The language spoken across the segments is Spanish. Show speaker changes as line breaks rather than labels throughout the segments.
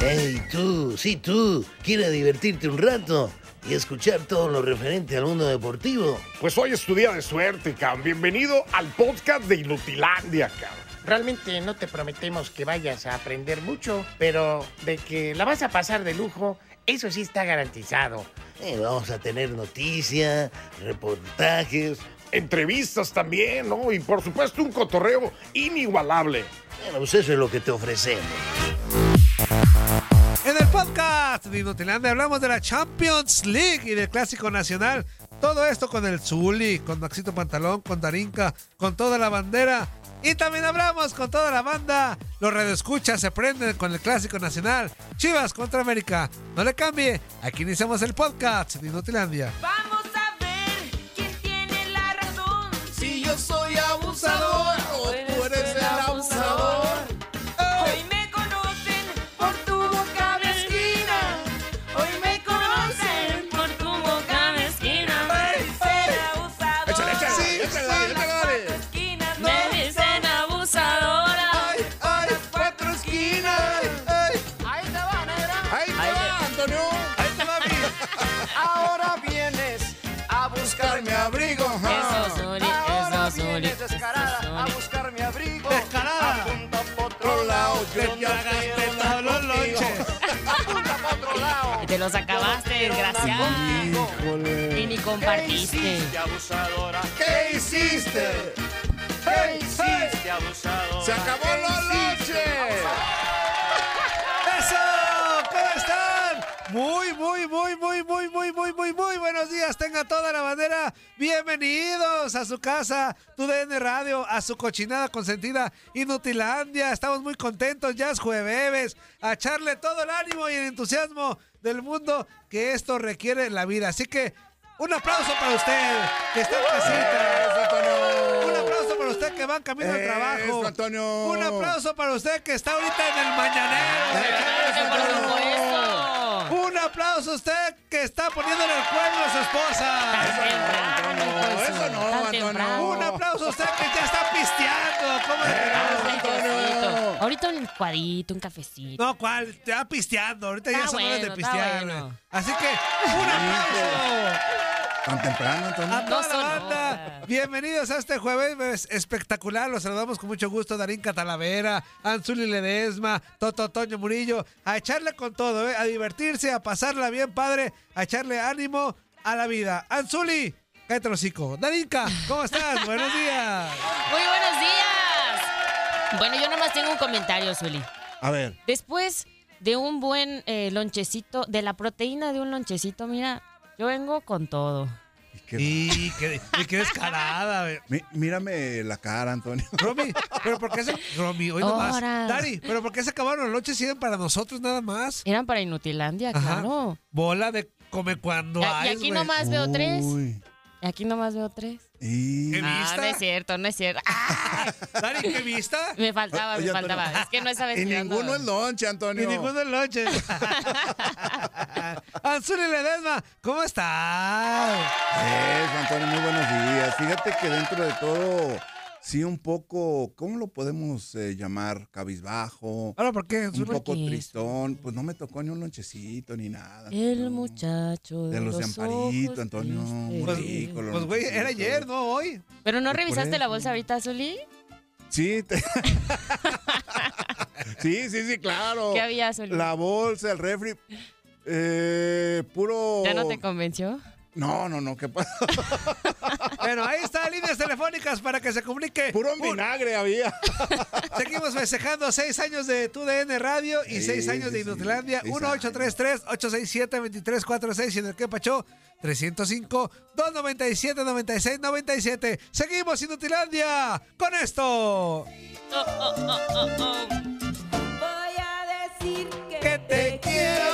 Hey, tú, sí, tú, ¿quieres divertirte un rato y escuchar todo lo referente al mundo deportivo?
Pues hoy es tu día de suerte, cabrón. Bienvenido al podcast de Inutilandia, cabrón.
Realmente no te prometemos que vayas a aprender mucho, pero de que la vas a pasar de lujo, eso sí está garantizado.
Eh, vamos a tener noticias, reportajes.
Entrevistas también, ¿no? Y por supuesto un cotorreo inigualable.
Bueno, pues eso es lo que te ofrecemos.
En el podcast de Inutilandia hablamos de la Champions League y del Clásico Nacional. Todo esto con el Zuli, con Maxito Pantalón, con Darinka, con toda la bandera. Y también hablamos con toda la banda. Los radioescuchas se prenden con el Clásico Nacional. Chivas contra América. No le cambie. Aquí iniciamos el podcast de Inutilandia.
Vamos a ver quién tiene la razón.
Si yo soy abusador o tú eres el abusador.
Hoy me conocen por tu boca mezquina. Hoy me conocen por tu boca mezquina. Me dicen abusadora.
Échale, échale,
Sí,
échale,
son
échale.
las cuatro
esquinas. Me dicen abusadora.
¡Ay, ay, cuatro esquinas! ¡Ay,
Ahí te van, ahí te
ay! ¡Ahí te va, Antonio! ¡Ahí te va, mi- Ahora vienes a buscar mi abrigo. ajá.
Eso, Zuli,
Ahora
eso, Zuli,
vienes
eso,
descarada a
Zuli.
buscar mi abrigo.
Descarada.
Apunta pa' otro lado.
Te
yo no
tragaste
quiero andar
todos los
contigo.
lonches.
Apunta pa' otro lado.
Y te los
yo no
acabaste,
quiero andar
desgraciado.
contigo.
Y ni
¿Qué
compartiste.
hiciste, abusadora?
¿Qué hiciste?
¿Qué hiciste, abusadora?
¡Se acabó
¿Qué
la
hiciste,
noche!
¡Eso! ¿Cómo están? Muy, muy, muy, muy, muy, muy, muy, muy, muy buenos días. Tenga toda la bandera. Bienvenidos a su casa, tu DN Radio, a su cochinada consentida, Inutilandia. Estamos muy contentos, ya es jueves, a echarle todo el ánimo y el entusiasmo del mundo que esto requiere en la vida. Así que un aplauso para usted, que está en casita.
Eso, Toño.
Un aplauso para usted que va en camino al
Eso,
trabajo.
Antonio.
Un aplauso para usted que está ahorita en el mañanero.
Claro que por supuesto.
Un aplauso a usted que está poniéndole el cuerno a su esposa.
Temprano, hijo de su-
eso no,
tan
Antonio.
temprano.
Un aplauso a usted que ya está pisteando. ¿Cómo de que
Ah,
no?
un cafecito. Ahorita un licuadito, un cafecito.
No, ¿cuál? Está pisteando. Ahorita ya
Está
son horas de
bueno, está
pistear.
bueno.
güey. Así que, un aplauso
Tan temprano, Antonio.
a toda
No son
la banda.
horas.
Bienvenidos a este jueves espectacular. Los saludamos con mucho gusto. Darín Catalavera, Anzuli Ledesma, Toto Toño Murillo. A echarle con todo, ¿eh? A divertirse, a pasarla bien, padre. A echarle ánimo a la vida. Anzuli, cállate el hocico. Darinka, ¿cómo estás? Buenos días.
Muy buenos días. Bueno, yo nomás tengo un comentario, Zuli.
A ver.
Después de un buen eh, lonchecito, de la proteína de un lonchecito, mira, yo vengo con todo.
Y qué, y qué descarada, güey.
Mi- mírame la cara, Antonio.
Romy, pero ¿por qué se... Romy, hoy nomás.
Horas.
Dari, pero ¿por qué se acabaron los noches? Siguen para nosotros nada más.
Eran para Inutilandia,
Ajá.
claro.
Bola de come cuando
Y-
hay.
y aquí nomás veo tres. Y aquí nomás veo tres.
¿Qué
Y...
Ah, no
Uh, vista?
es cierto, no es cierto. Ah,
Dari, ¿qué vista?
me faltaba, me
Oye, Antonio.
faltaba. Es que no es
y ninguno es lonche,
Ni
Antonio.
ninguno es lonche. Anzuli Ledesma, ¿cómo estás?
Eso, Antonio, muy buenos días. Fíjate que dentro de todo, sí, un poco, ¿cómo lo podemos eh, llamar? Cabizbajo,
Ahora, ¿por qué?
un
Anzuli?
poco
qué?
tristón. Pues no me tocó ni un lonchecito ni nada.
El
Antonio.
muchacho de,
De los de Amparito,
Pues ojos
Antonio, muy
tristes.
Pues,
rico, los
pues, güey, era
lonchecitos.
ayer, ¿no? Hoy.
Pero no
Pues por
revisaste la
eso.
bolsa ahorita, Zuli.
Sí, te- sí, sí, sí, claro.
¿Qué había, Zuli?
La bolsa, el refri. eh, puro.
¿Ya no te convenció?
no, no, no, ¿qué pasa?
Bueno, ahí está, líneas telefónicas para que se comunique.
Puro en vinagre había.
Seguimos festejando seis años de TUDN Radio y
Sí,
seis años
sí,
de
sí.
Inutilandia.
Seis
1-833-867-2346 y en el que Pacho 305-297-9697. Seguimos Inutilandia con esto.
Voy a decir
Que te quiero.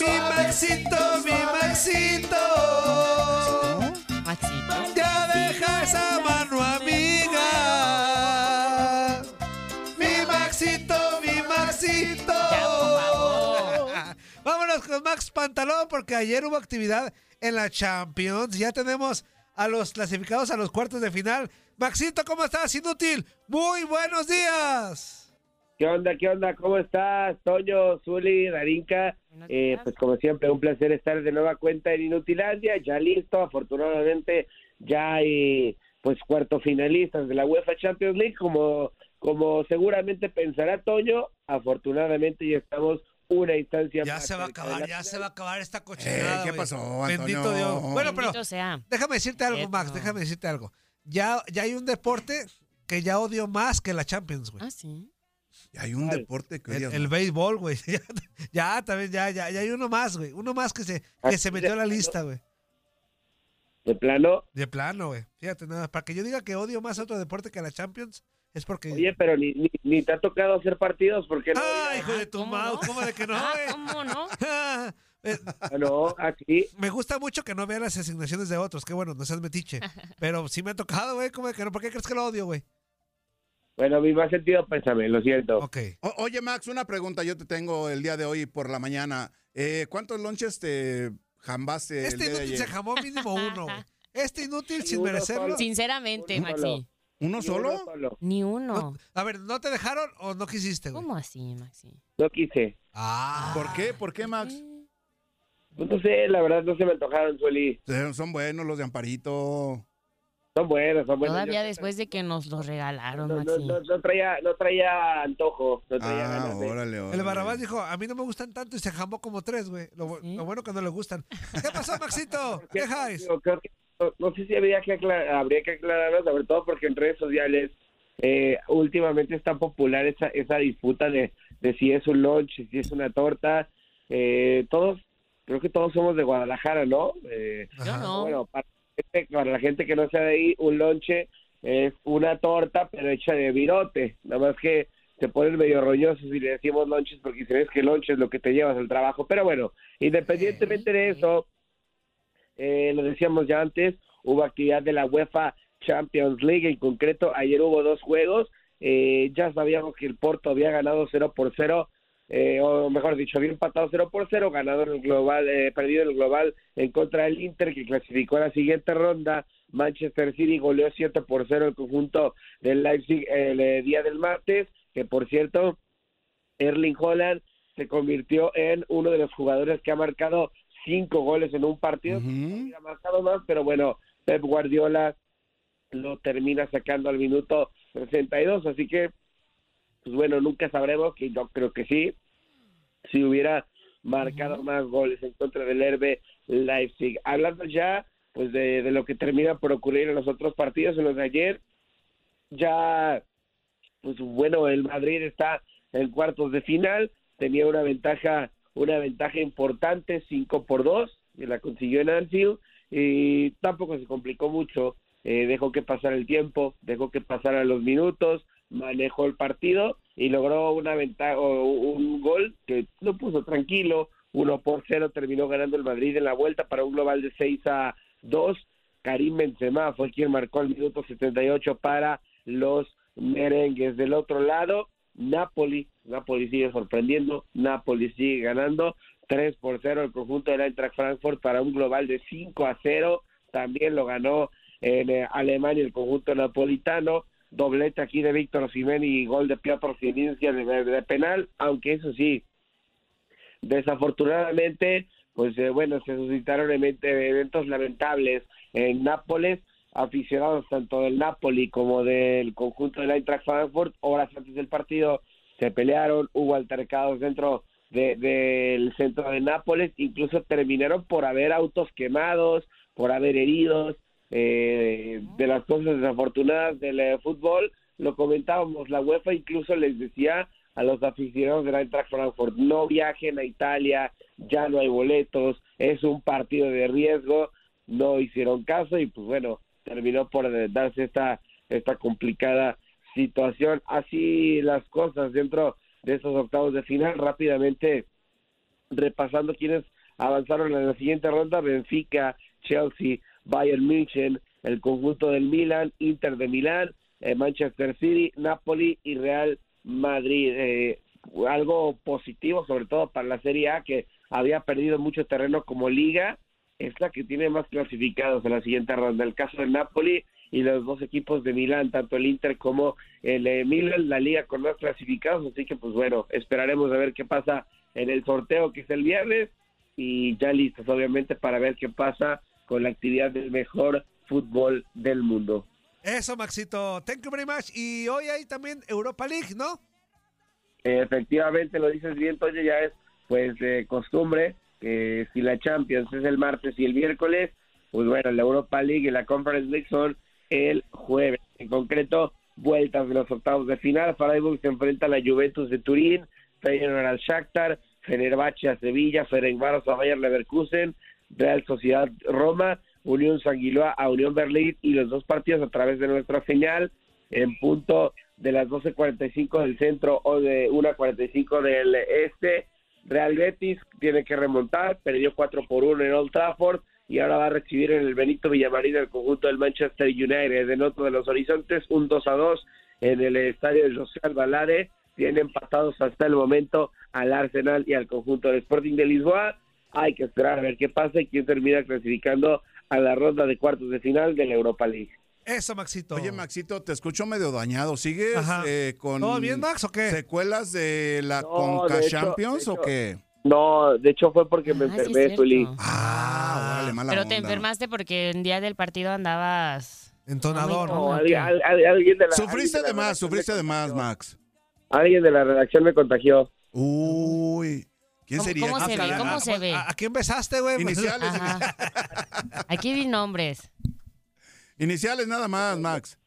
Mi Maxito, mi Maxito.
Maxito.
Ya deja esa mano amiga. Mi Maxito, mi
Ya,
Maxito.
por favor.
Vámonos con Max Pantalón porque ayer hubo actividad en la Champions. Ya tenemos a los clasificados a los cuartos de final. Maxito, ¿cómo estás? Inútil. Muy buenos días.
¿Qué onda, qué onda? ¿Cómo estás, Toño, Zuli, Darinka?
Buenos
Eh,
días.
pues como siempre, un placer estar de nueva cuenta en Inutilandia, ya listo, afortunadamente ya hay pues cuarto finalistas de la UEFA Champions League, como, como seguramente pensará Toño, afortunadamente ya estamos una instancia
Ya
más
se va a
cerca de la
acabar, ya
final.
se va a acabar esta
Eh,
cochinada.
¿qué
güey.
pasó,
Bendito
Antonio?
Dios. Bueno, pero
Bendito sea.
déjame decirte algo,
Cierto.
Max, déjame decirte algo. Ya, ya hay un deporte que ya odio más que la Champions, güey.
Ah, sí.
Hay un deporte que
El,
odias
el
más.
béisbol, güey. Ya, ya, también, ya, ya, ya hay uno más, güey. Uno más que se, que se metió a la lista, güey.
De plano,
De plano, güey. Fíjate, nada, para que yo diga que odio más otro deporte que la Champions, es porque...
oye, pero ni, ni, ni te ha tocado hacer partidos porque no...
¡Ah, hijo de tu
¿cómo
mau!
no?
¿Cómo de que no,
Ah,
güey?
¿cómo no?
Ah, eh,
Ah, no, aquí,
me gusta mucho que no vea las asignaciones de otros. Qué bueno, no seas metiche. Pero sí me ha tocado, güey. ¿Cómo de que no? ¿Por qué crees que lo odio, güey?
bueno, mi más sentido, pésame, lo siento.
Ok.
O- oye, Max, una pregunta yo te tengo el día de hoy por la mañana. Eh, ¿Cuántos lonches te jambaste el
Este
día de
inútil se
ayer?
jamó mínimo uno, güey. Este inútil sin
Uno
merecerlo.
solo.
Sinceramente,
Uno
Maxi.
¿Uno
Ni
solo?
uno solo.
Ni
No-
uno.
a ver, ¿no te dejaron o no quisiste, güey?
¿Cómo así, Maxi?
No quise.
Ah.
¿Por qué? ¿Por qué, Max?
Eh,
Pues no sé, la verdad no se me antojaron, Sueli.
Eh, Son buenos los de Amparito.
Son buenos, son buenos.
Todavía
Yo-
después de que nos lo regalaron,
No, no,
Maxi.
no, no traía, no traía antojo, no traía
Ah,
ganas de-
órale, órale.
El Barrabás dijo, a mí no me gustan tanto y se jamó como tres, güey. Lo, bu-
¿Sí?
lo bueno que no le gustan. ¿Qué pasó, Maxito?
Creo-
Dejáis.
digo, creo que- no, no sé si habría que, aclar- habría que aclararlo, sobre todo porque en redes sociales eh, últimamente es tan popular esa, esa disputa de, de si es un lunch, si es una torta. Eh, todos, creo que todos somos de Guadalajara, ¿no? Eh,
Yo
Ajá.
no.
Bueno, para, la gente- para la gente que no sea de ahí, un lonche es una torta, pero hecha de virote. Nada más que se ponen medio roñosos y le decimos lonches porque dicen es que lonche es lo que te llevas al trabajo. Pero bueno, independientemente de eso, eh, lo decíamos ya antes, hubo actividad de la UEFA Champions League. En concreto, ayer hubo dos juegos. Eh, ya sabíamos que el Porto había ganado 0 por 0 eh, o mejor dicho, había empatado 0 por 0, ganado en el global, eh, perdido en el global en contra del Inter, que clasificó a la siguiente ronda. Manchester City goleó 7 por 0 el conjunto del Leipzig el eh, día del martes, que por cierto, Erling Holland se convirtió en uno de los jugadores que ha marcado cinco goles en un partido,
Ujú.
hubiera marcado más, pero bueno, Pep Guardiola lo termina sacando al minuto 62, así que, pues bueno, nunca sabremos, que yo creo que sí, si hubiera marcado más goles en contra del Herbe Leipzig. Hablando ya, pues de, de lo que termina por ocurrir en los otros partidos, en los de ayer, ya, pues bueno, el Madrid está en cuartos de final, tenía una ventaja, una ventaja importante, 5 por 2, y la consiguió en Anfield, y tampoco se complicó mucho, eh, dejó que pasara el tiempo, dejó que pasaran los minutos, manejó el partido y logró una ventaja, o un gol que lo puso tranquilo, 1 por 0 terminó ganando el Madrid en la vuelta para un global de 6 a 2, Karim Benzema fue quien marcó el minuto 78 para los merengues. Del otro lado, Napoli, Napoli sigue sorprendiendo, Napoli sigue ganando 3 por 0 el conjunto del Eintracht Frankfurt para un global de 5 a 0, también lo ganó en eh, Alemania el conjunto napolitano, doblete aquí de Víctor Simén y gol de Piotr Cieninski de, de- de penal, aunque eso sí, desafortunadamente, pues eh, bueno, se suscitaron event- eventos lamentables en Nápoles, aficionados tanto del Napoli como del conjunto del Eintracht Frankfurt, horas antes del partido se pelearon, hubo altercados dentro de- del centro de Nápoles, incluso terminaron por haber autos quemados, por haber heridos, eh, de las cosas desafortunadas del eh, fútbol, lo comentábamos, la UEFA incluso les decía a los aficionados del Eintracht Frankfurt, no viajen a Italia, ya no hay boletos, es un partido de riesgo, no hicieron caso y pues bueno, terminó por eh, darse esta, esta complicada situación. Así las cosas dentro de estos octavos de final, rápidamente repasando quienes avanzaron a la siguiente ronda, Benfica, Chelsea, Bayern München, el conjunto del Milan, Inter de Milán, eh, Manchester City, Napoli y Real Madrid. Eh, algo positivo, sobre todo para la Serie A, que había perdido mucho terreno como liga, es la que tiene más clasificados en la siguiente ronda. El caso del Napoli y los dos equipos de Milán, tanto el Inter como el eh, Milan, la liga con más clasificados. Así que, pues bueno, esperaremos a ver qué pasa en el sorteo que es el viernes y ya listos, obviamente, para ver qué pasa con la actividad del mejor fútbol del mundo.
Eso, Maxito. Thank you very much. Y hoy hay también Europa League, ¿no?
Eh, efectivamente, lo dices bien, Toño, ya es pues eh, costumbre que si la Champions es el martes y el miércoles, pues bueno, la Europa League y la Conference League son el jueves. En concreto, vueltas de los octavos de final, Freiburg se enfrenta a la Juventus de Turín, Feyenoord al Shakhtar, Fenerbahce a Sevilla, Ferencváros a Bayern Leverkusen, Real Sociedad Roma, Unión Sanguilua a Unión Berlín y los dos partidos a través de nuestra señal en punto de las 12.45 del centro o de 1.45 del este. Real Betis tiene que remontar, perdió 4 por 1 en Old Trafford y ahora va a recibir en el Benito Villamarín al conjunto del Manchester United. En otro de los horizontes, un 2 a 2 en el estadio de José Albalade. Tienen empatados hasta el momento al Arsenal y al conjunto del Sporting de Lisboa. Hay que esperar a ver qué pasa y quién termina clasificando a la ronda de cuartos de final de la Europa League.
Eso, Maxito.
Oye, Maxito, te escucho medio dañado. ¿Sigues
Ajá.
eh, con
¿Todo bien, Max, o qué?
secuelas de la
No,
Conca
de hecho,
Champions
de
o
hecho.
qué?
No, de hecho fue porque me
Ah, sí es
enfermé, Zuli.
cierto.
Ah, órale, mala
Pero
onda.
te enfermaste porque el día del partido andabas.
Entonador.
No,
No,
ok.
al- al- al- alguien de la-
Sufriste
alguien la
de más,
redacción me
sufriste de más,
contagió.
Max.
Alguien de la redacción me contagió.
Uy, ¿quién
¿Cómo-
sería?
cómo
¿Quién
se ve?
sería?
¿Cómo se ve?
Ah, ¿A, a quién besaste, güey?
Iniciales,
Ajá. Aquí di nombres.
iniciales nada más, Max.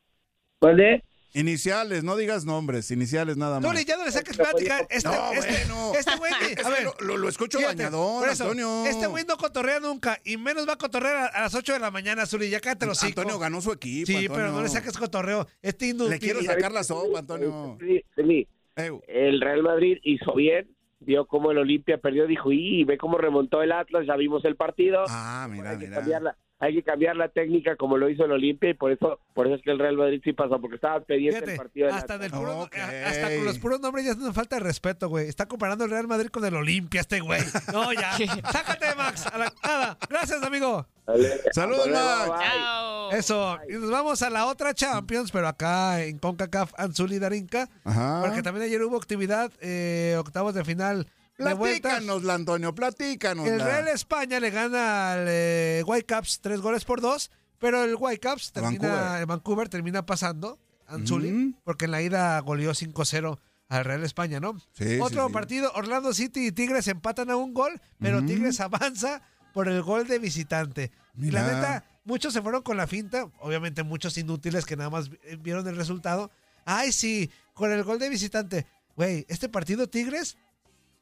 ¿Vale?
Iniciales, no digas nombres, iniciales nada más.
Tuli, ya no le saques plática. Este,
No,
este,
bueno.
este güey. ni-
Es
a
que
ver,
lo, lo- lo escucho
fíjate,
dañador,
por eso,
Antonio.
Este güey no cotorrea nunca y menos va a cotorrear a, a las 8 de la mañana, Zuli. Ya cállate los hocico.
Antonio ganó su equipo.
Sí, pero
Antonio.
no le saques cotorreo. Este hindú.
Le quiero sacar la sopa, Antonio.
Sí, sí.
Eh,
el Real Madrid hizo bien, vio cómo el Olimpia perdió, dijo, y ve cómo remontó el Atlas, ya vimos el partido,
ah, mira,
hay, que
mira.
cambiar la, hay que cambiar la técnica como lo hizo el Olimpia y por eso, por eso es que el Real Madrid sí pasó, porque estaba pendiente
Fíjate,
el partido del
hasta,
Atlas.
del puro-
Ok.
a- hasta con los puros nombres ya es una falta de respeto, güey. Está comparando el Real Madrid con el Olimpia, este güey. No, ya. Sácate, Max. A la nada. Gracias, amigo.
Vale.
Saludos,
Hasta luego,
Max.
bye.
Chao.
Eso. Y nos vamos a la otra Champions, pero acá en CONCACAF, Anzuli Darinka.
Ajá.
Porque también ayer hubo actividad, eh, octavos de final. De vuelta.
Platícanosla, Antonio, platícanos.
El Real España le gana al eh, Whitecaps tres goles por dos, pero el Whitecaps
A
termina,
Vancouver.
el Vancouver termina pasando, Anzuli,
Ujú.
porque en la ida goleó 5-0 al Real España, ¿no?
Sí,
Otro
sí, sí.
partido, Orlando City y Tigres empatan a un gol, pero
Ujú.
Tigres avanza por el gol de visitante. Y la
Mira.
neta, muchos se fueron con la finta, obviamente muchos inútiles que nada más vi- eh, vieron el resultado. Ay, sí, con el gol de visitante. Güey, este partido Tigres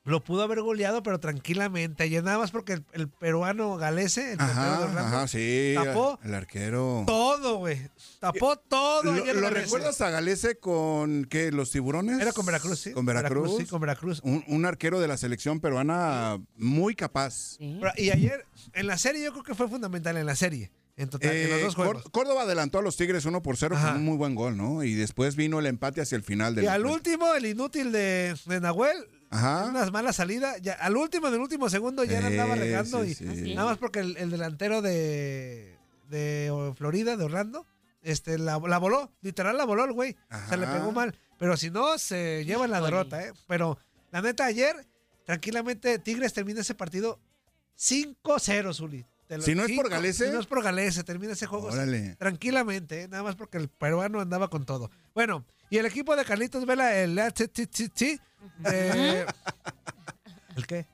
lo pudo haber goleado, pero tranquilamente. Y nada más porque el, el peruano galese, el portero de
Ah, Ajá,
Orlando,
ajá, sí.
Tapó.
El arquero.
todo, güey. Tapó todo.
¿Lo,
ayer
lo
Galese.
recuerdas a Galese con qué? ¿Los tiburones?
Era con Veracruz, sí.
Con Veracruz.
sí, con Veracruz.
un, un arquero de la selección peruana muy capaz.
Sí.
Pero- y ayer, en la serie, yo creo que fue fundamental en la serie. En total, en los
Eh,
dos juegos.
Cór- Córdoba adelantó a los Tigres 1 por 0
Ajá.
con un muy buen gol, ¿no? Y después vino el empate hacia el final del
Y al último, el inútil de, de Nahuel.
Ajá.
Unas malas salidas. Ya, al último, en el último segundo, ya la
Eh,
andaba regando.
sí,
y
sí.
Así
Nada más porque el, el delantero de, de o- Florida, de Orlando, este, la, la voló. Literal la voló el güey. Se le
Ajá.
pegó mal. Pero si no, se lleva la
Híjole.
derrota, ¿eh? Pero la neta, ayer, tranquilamente, Tigres termina ese partido 5-0, Zuli. Te lo-
Si no es por Galese.
Si no es por Galese, termina ese juego
Órale.
tranquilamente, ¿eh? nada más porque el peruano andaba con todo. Bueno, y el equipo de Carlitos Vela, el ATTT, eh, ¿El qué?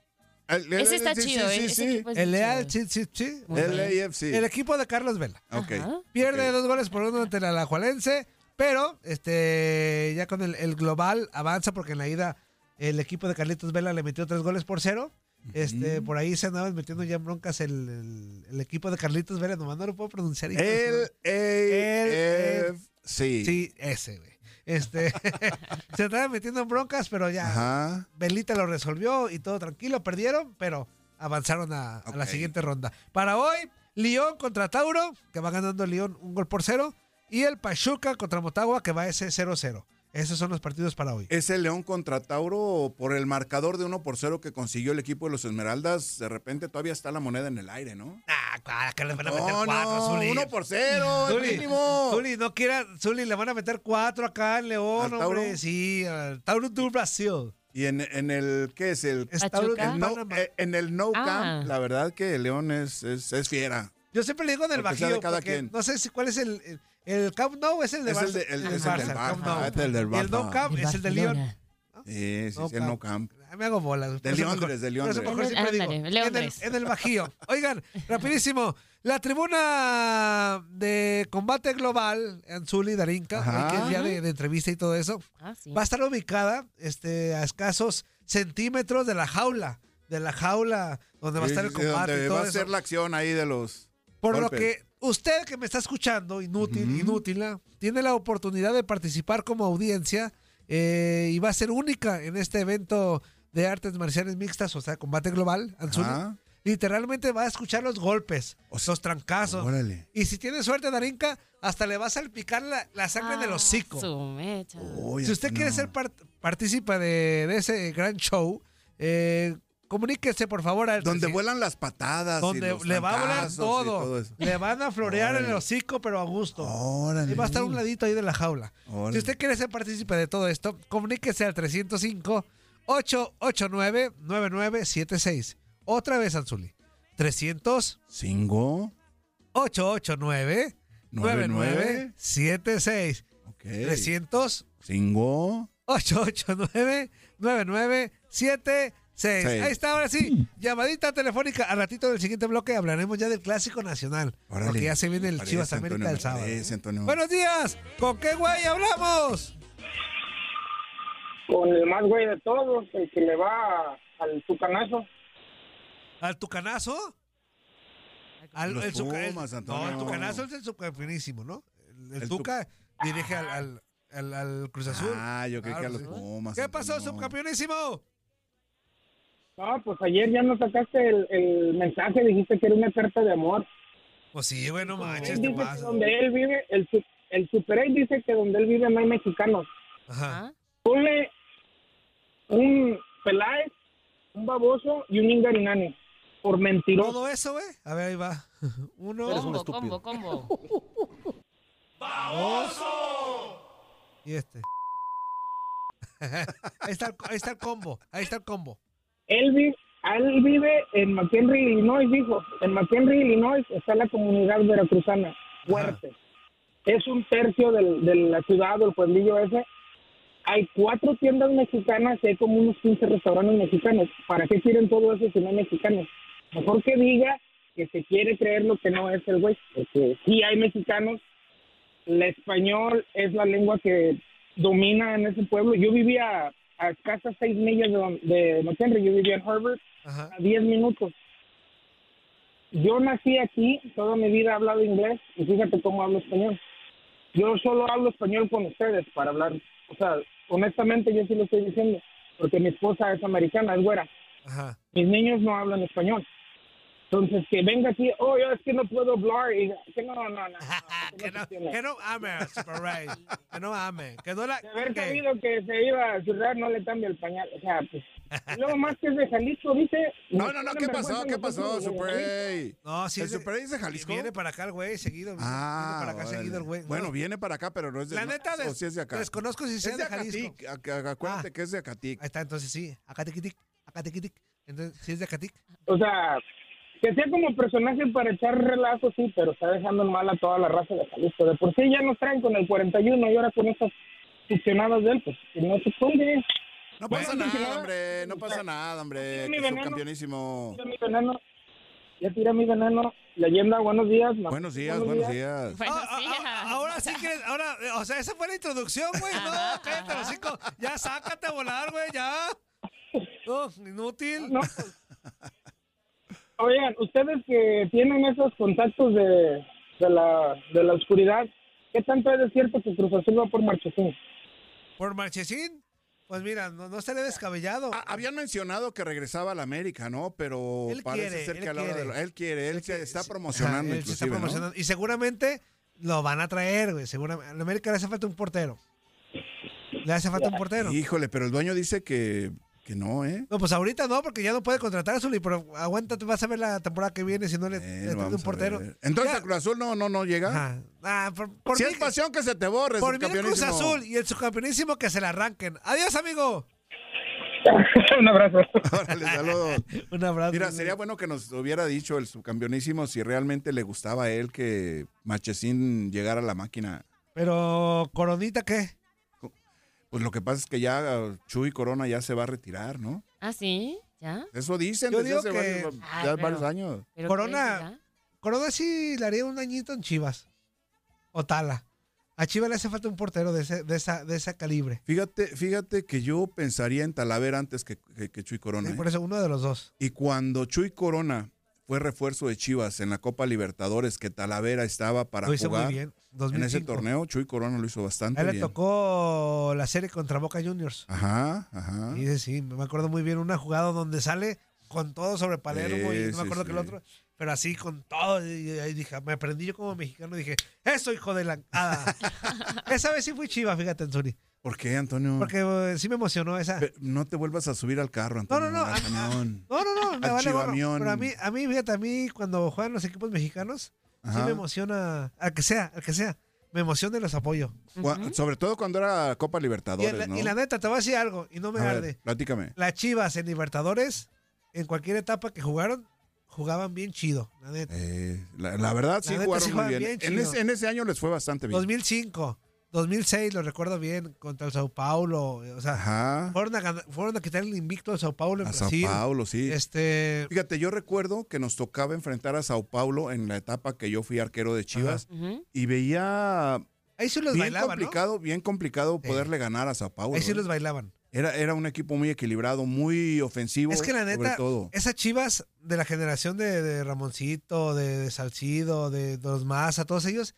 El- el-
Ese está
Ah, sí, sí,
chido,
sí,
¿eh? Ese
sí.
equipo es
El
chido.
ATTT,
Muy bien.
LAFC.
el equipo de Carlos Vela.
Ok.
Ajá.
Pierde
Ok.
dos goles por uno ante la Alajuelense, pero este ya con el, el global avanza porque en la ida el equipo de Carlitos Vela le metió tres goles por cero. Este, por ahí se andaban metiendo ya en broncas el, el- el equipo de Carlitos Vela, nomás no lo puedo pronunciar. hijo de su-
El LAFC.
Sí, ese, güey. Este, se estaban metiendo en broncas, pero ya
Ajá.
Belita lo resolvió y todo tranquilo. Perdieron, pero avanzaron a, a la
Ok.
siguiente ronda. Para hoy, León contra Tauro, que va ganando León un gol por cero. Y el Pachuca contra Motagua, que va ese 0-0. Esos son los partidos para hoy.
Ese León contra Tauro, por el marcador de 1 por 0 que consiguió el equipo de los Esmeraldas, de repente todavía está la moneda en el aire, ¿no?
Ah, claro, que les van a meter
No,
cuatro,
no,
Zuli.
1 por 0, el
Zuli,
mínimo.
Zuli, no quiera, Zuli, le van a meter cuatro acá en León,
¿Al
hombre.
Tauro?
Sí, al Tauro do Brasil.
Y en, en el, ¿qué es? El,
Es
¿Pachuca?
Tauro de
el no,
Panamá.
eh, en el no
Ah.
camp, la verdad que León es, es, es fiera.
Yo siempre le digo del
Porque sea de
Bajío,
cada
porque
quien.
no sé si cuál es el... el el Camp Nou es el de Ah,
Es el de- el- es el del Barça,
Camp
ah, este
Nou.
es el del
Y el No
Barça.
Camp es el de León.
Sí, sí,
No
sí, el
camp.
no camp.
Ah, Me hago bolas.
De Leondres, de
León.
Leondres.
Ándale,
en, el,
Leondres.
en el Bajío. Oigan, rapidísimo. La tribuna de combate global en Zuli, Darinka,
Ajá.
hoy que es día de, de entrevista y todo eso,
Ah, sí.
va a estar ubicada este, a escasos centímetros de la jaula. De la jaula donde va a
Sí,
estar el
sí, sí,
combate
donde
y todo
va a
eso.
ser la acción ahí de los.
Por lo
golpes.
que usted que me está escuchando, inútil,
Ujú.
inútil, ¿ah? tiene la oportunidad de participar como audiencia eh, y va a ser única en este evento de artes marciales mixtas, o sea, combate global, Anzuli.
Ajá.
Literalmente va a escuchar los golpes,
O sea,
los trancazos.
Órale.
Y si tiene suerte, Darinka, hasta le va a salpicar la, la sangre del hocico.
Ah,
Su mecha.
Uy,
Si usted
no.
quiere ser par- partícipe de, de ese gran show, eh, comuníquese por favor al
Donde
presi-
vuelan las patadas. y
donde
los
le va a volar
trancazos y
todo.
eso.
Le van a florear en el
Órale.
hocico, pero a gusto.
Órale.
Y va a estar a un ladito ahí de la jaula.
Órale.
Si usted quiere ser partícipe de todo esto, comuníquese al 305 889 9976. Otra vez, Anzuli. 300
Cinco.
889 9976.
Ok.
300
Cinco.
889-9976.
Seis.
Ahí está, ahora sí. Llamadita telefónica. Al ratito del siguiente bloque hablaremos ya del Clásico Nacional.
Órale.
Porque ya se viene el
Me
Chivas
parece, Antonio,
América del
me
sábado.
parece, Antonio.
Buenos días. ¿Con qué güey hablamos?
Con el más güey de todos, el que le va al tucanazo.
¿Al Tucanazo? Al,
Los
Tuca-
Pumas,
No,
Antonio.
el Tucanazo es el subcampeonísimo, ¿no? El, el
El tu-
Tuca dirige al, al, al- al Cruz Azul.
Ah, yo creí que a los
sí.
Pumas.
¿Qué pasó,
Antonio.
subcampeonísimo?
No, pues ayer ya nos sacaste el, el mensaje, dijiste que era una carta de amor.
Pues sí, bueno, manches, te
Él dice que
pasa.
donde él vive, el, su- el Super 8 dice que donde él vive no hay mexicanos.
Ajá.
Ah,
Ponle un Peláez, un baboso y un Ingarinani. Por mentiroso.
Todo eso, güey. A ver, ahí va. Uno.
Combo, combo, combo.
Y este. ahí, está el, ahí está el combo. Ahí está el combo.
Él, vi- él vive en McHenry, Illinois, dijo. En McHenry, Illinois está la comunidad veracruzana, fuerte. Es un tercio del- de la ciudad o el pueblillo ese. Hay cuatro tiendas mexicanas y hay como unos 15 restaurantes mexicanos. ¿Para qué quieren todo eso si no hay mexicanos? Mejor que diga que se quiere creer lo que no es el güey. Porque sí hay mexicanos. El español es la lengua que domina en ese pueblo. Yo vivía a escasas seis millas de, don- de McHenry. Yo vivía en Harvard
Ajá.
a 10 minutos. Yo nací aquí, toda mi vida he hablado inglés y fíjate cómo hablo español. Yo solo hablo español con ustedes para hablar. O sea, honestamente yo sí lo estoy diciendo, porque mi esposa es americana, es güera.
Ajá.
Mis niños no hablan español. Entonces, que venga aquí, oh, yo es que no puedo hablar. Y, que no, no, no. no,
que, no,
se tiene.
que no ame, Super Ray. Que no ame. Que no la.
De haber
que-
sabido que se iba a cerrar, no le cambia el pañal. O sea, pues. Y Luego más que es de Jalisco, dice.
No, no, no, ¿qué pasó? ¿Qué pasó,
Super?
Super
No, sí.
¿El
es de-
Super Ray es de Jalisco?
Viene para acá el güey seguido. viene-
Ah,
viene para acá
órale.
seguido el güey. No,
Bueno, viene para acá, pero no es de
La
no,
neta,
o
des-
sí es de acá.
desconozco si
Es
sea
de
de Jalisco.
Acatic. ac- ac- Acuérdate
Ah.
que es de Acatic.
Ahí está, entonces sí. Acatequitic. Acatequitic. Entonces, sí es de Acatic.
O sea, que sea como personaje para echar relajo, sí, pero está dejando en mal a toda la raza de Jalisco. De por sí ya nos traen con el 41 y ahora con estas funcionadas de él, pues que no se esconde.
No
Bueno,
pasa
no tiene
nada,
nada.
hombre. No pasa nada, hombre.
Sí, mi
Que
veneno.
subcampeonísimo.
Tira mi veneno, ya tira mi veneno. Leyenda, buenos días. ma-
Buenos días, buenos días.
Buenos
Ah, ah,
días.
ah, ahora sí que. Ahora, eh, o sea, esa fue la introducción, güey. No, cállate, los cinco. Ya sácate a volar, güey, ya. No, inútil.
No, pues. Oigan, ustedes que tienen esos contactos de, de, la, de la oscuridad, ¿qué tanto es de cierto que Cruz Azul va por Marchesín?
Por Marchesín. Pues mira, no, no estaría descabellado.
Ah, habían mencionado que regresaba a la América, ¿no? Pero
Él
parece
quiere,
ser
él
que a la hora de
quiere.
lo- Él quiere, él se está
Sí,
promocionando
ajá, él se está
inclusive, ¿no?
promocionando. Y seguramente lo van a traer, güey. Seguramente. A la América le hace falta un portero. Le hace falta un portero.
Híjole, pero el dueño dice que, que no, ¿eh?
No, pues ahorita no, porque ya no puede contratar a Zuli, pero aguántate, vas a ver la temporada que viene si no le,
Eh,
le trae
vamos
un
a
portero.
ver. Entonces
Ya.
a Cruz Azul no, no, no llega.
Ajá. Ah, por, por
si
mí
es
que-
pasión que se te borre,
por mí el Cruz
subcampeonísimo.
Azul y el subcampeonísimo que se la arranquen. Adiós, amigo.
Un abrazo.
Órale, saludos.
Un abrazo.
Mira, sería bueno que nos hubiera dicho el subcampeonísimo si realmente le gustaba a él que Machesín llegara a la máquina.
Pero, Coronita, ¿qué?
Pues lo que pasa es que ya ah, Chuy Corona ya se va a retirar, ¿no?
¿Ah, sí? ¿Ya?
Eso dicen
Yo
desde
digo
hace
que-
varios,
Ah,
ya
pero-
varios años.
¿Pero
Corona.
crees que ya?
Corona sí le haría un añito en Chivas. O Tala. A Chivas le hace falta un portero de ese, de esa, de ese calibre.
Fíjate, fíjate que yo pensaría en Talavera antes que, que- que Chuy Corona.
Sí,
¿eh?
por eso, uno de los dos.
Y cuando Chuy Corona fue refuerzo de Chivas en la Copa Libertadores, que Talavera estaba para
Lo hizo
jugar
muy bien.
en ese
2005.
torneo, Chuy Corona lo hizo
A
bastante
él le
bien.
tocó la serie contra Boca Juniors.
Ajá, ajá.
Y dice, sí, me acuerdo muy bien una jugada donde sale con todo sobre Palermo y
Sí,
no me
sí,
acuerdo que el
sí.
otro, pero así con todo. Y ahí dije, me aprendí yo como mexicano, dije, eso hijo de la... ah". esa vez sí fui chiva, fíjate, Anzuli.
¿Por qué, Antonio?
Porque eh, sí me emocionó esa.
Pe- No te vuelvas a subir al carro,
No,
Antonio.
no, no.
al
a- a-
camión.
no, no, no, me
Al
vale gorro.
chivamión.
Pero a mí, a mí, fíjate, a mí cuando juegan los equipos mexicanos, sí
Ajá.
me emociona, al que sea, al que sea, me emociona y los apoyo.
Cua- Sobre todo cuando era Copa
Y,
Libertadores,
en la,
¿no?
y la neta, te voy a decir algo, y no me
A ver,
arde.
platícame.
Las Chivas en Libertadores, en cualquier etapa que jugaron, jugaban bien chido, la neta.
Eh, la, la verdad sí
La neta,
jugaron
sí
muy
juegan
bien.
bien,
en,
chido.
ese, en ese año les fue bastante bien.
2005, 2006, lo recuerdo bien, contra el Sao Paulo. O sea,
Ajá.
fueron a, ganar- fueron a quitar el invicto al Sao Paulo en
A Sao
Brasil.
Paulo, sí.
Este,
Fíjate, yo recuerdo que nos tocaba enfrentar a Sao Paulo en la etapa que yo fui arquero de Chivas
Ujú.
y veía
ahí sí los
bien
bailaban, ¿no?
complicado, bien complicado
Sí.
poderle ganar a Sao Paulo.
Ahí sí
¿eh?
los bailaban.
Era, era un equipo muy equilibrado, muy ofensivo.
Es que la
sobre
neta,
todo.
esas chivas de la generación de, de Ramoncito, de, de Salcido, de, de los Maza, todos ellos,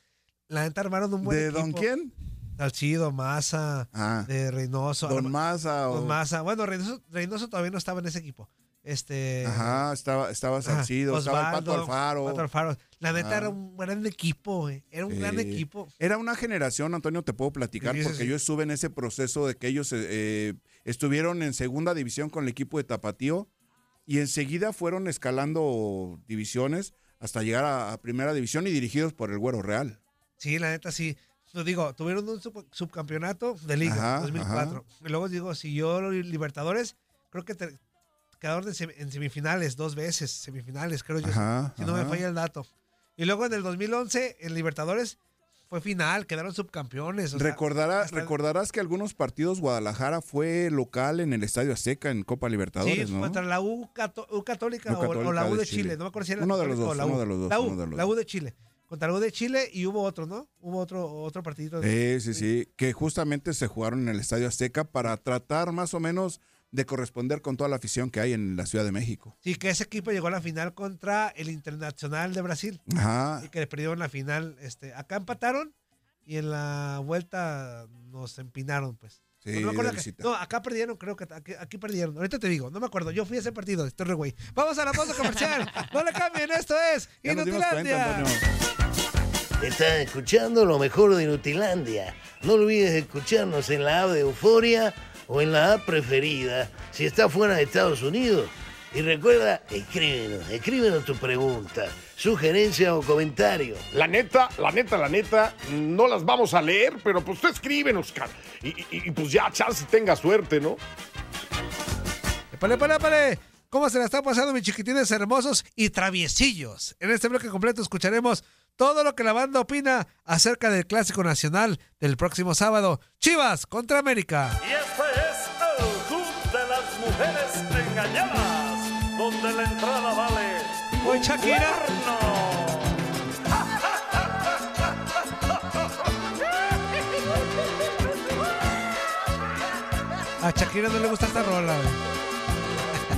la neta armaron un buen
¿De
equipo.
Don quién?
Salcido, Maza,
Ah,
de Reynoso.
Don
arma-
Maza. o-
Con Maza. Bueno, Reynoso, Reynoso todavía no estaba en ese equipo. Este.
Ajá, estaba, estaba
ajá,
Salcido, estaba el Pato
Osvaldo,
Alfaro.
Pato Alfaro. La neta
Ajá.
era un gran equipo, güey. Era un gran
Ah. Sí.
equipo.
Eh, Era una generación, Antonio, te puedo platicar,
Sí, sí,
porque
sí.
yo estuve en ese proceso de que ellos eh, eh, estuvieron en segunda división con el equipo de Tapatío y enseguida fueron escalando divisiones hasta llegar a, a primera división y dirigidos por el Güero Real.
Sí, la neta sí. Lo digo, tuvieron un sub- subcampeonato de Liga
Ajá,
2004. Y luego digo, si yo Libertadores, creo que te- quedaron en semi- en semifinales dos veces, semifinales, creo yo.
Ajá,
si no me
ajá.
falla el dato. Y luego en el 2011, en Libertadores, fue final, quedaron subcampeones. o sea,
Recordará-
hasta-
recordarás que algunos partidos Guadalajara fue local en el Estadio Azteca en Copa Libertadores,
sí,
¿no?
contra la U, Cató- U Católica,
U
o- o, la
Católica
U
de
de Chile.
Chile.
No me acuerdo si era
Uno de
la
los
Católica
dos,
o la U.
uno de los dos,
La U,
uno de los
la U
dos.
de Chile. Contra la U de Chile y hubo otro, ¿no? Hubo otro, otro partidito. de-
Eh, sí, sí, que justamente se jugaron en el Estadio Azteca para tratar más o menos de corresponder con toda la afición que hay en la Ciudad de México.
Sí, que ese equipo llegó a la final contra el Internacional de Brasil
Ajá.
y que le perdieron la final. Este, acá empataron y en la vuelta nos empinaron, pues.
Sí,
no, me acuerdo
de
que-
visita.
no, acá perdieron, creo que aquí, aquí perdieron. Ahorita te digo, no me acuerdo. Yo fui a ese partido, estoy re güey. Vamos a la pausa comercial. no le cambien, esto es
Ya nos dimos cuenta,
Inutilandia.
Antonio.
Estás escuchando lo mejor de Nutilandia. No olvides escucharnos en la app de Euforia o en la app preferida si estás fuera de Estados Unidos. Y recuerda, escríbenos, escríbenos tu pregunta, sugerencia o comentario.
La neta, la neta, la neta, no las vamos a leer, pero pues tú escríbenos, car- y, y- y pues ya, chance tenga suerte, ¿no?
¡Épale, épale, épale! ¿Cómo se la está pasando, mis chiquitines hermosos y traviesillos? En este bloque completo escucharemos todo lo que la banda opina acerca del Clásico Nacional del próximo sábado. Chivas contra América.
Y este es el Club de las Mujeres Engañadas, donde la entrada vale
¡Voy, Shakira!
no.
A Shakira no le gusta esta rola, güey.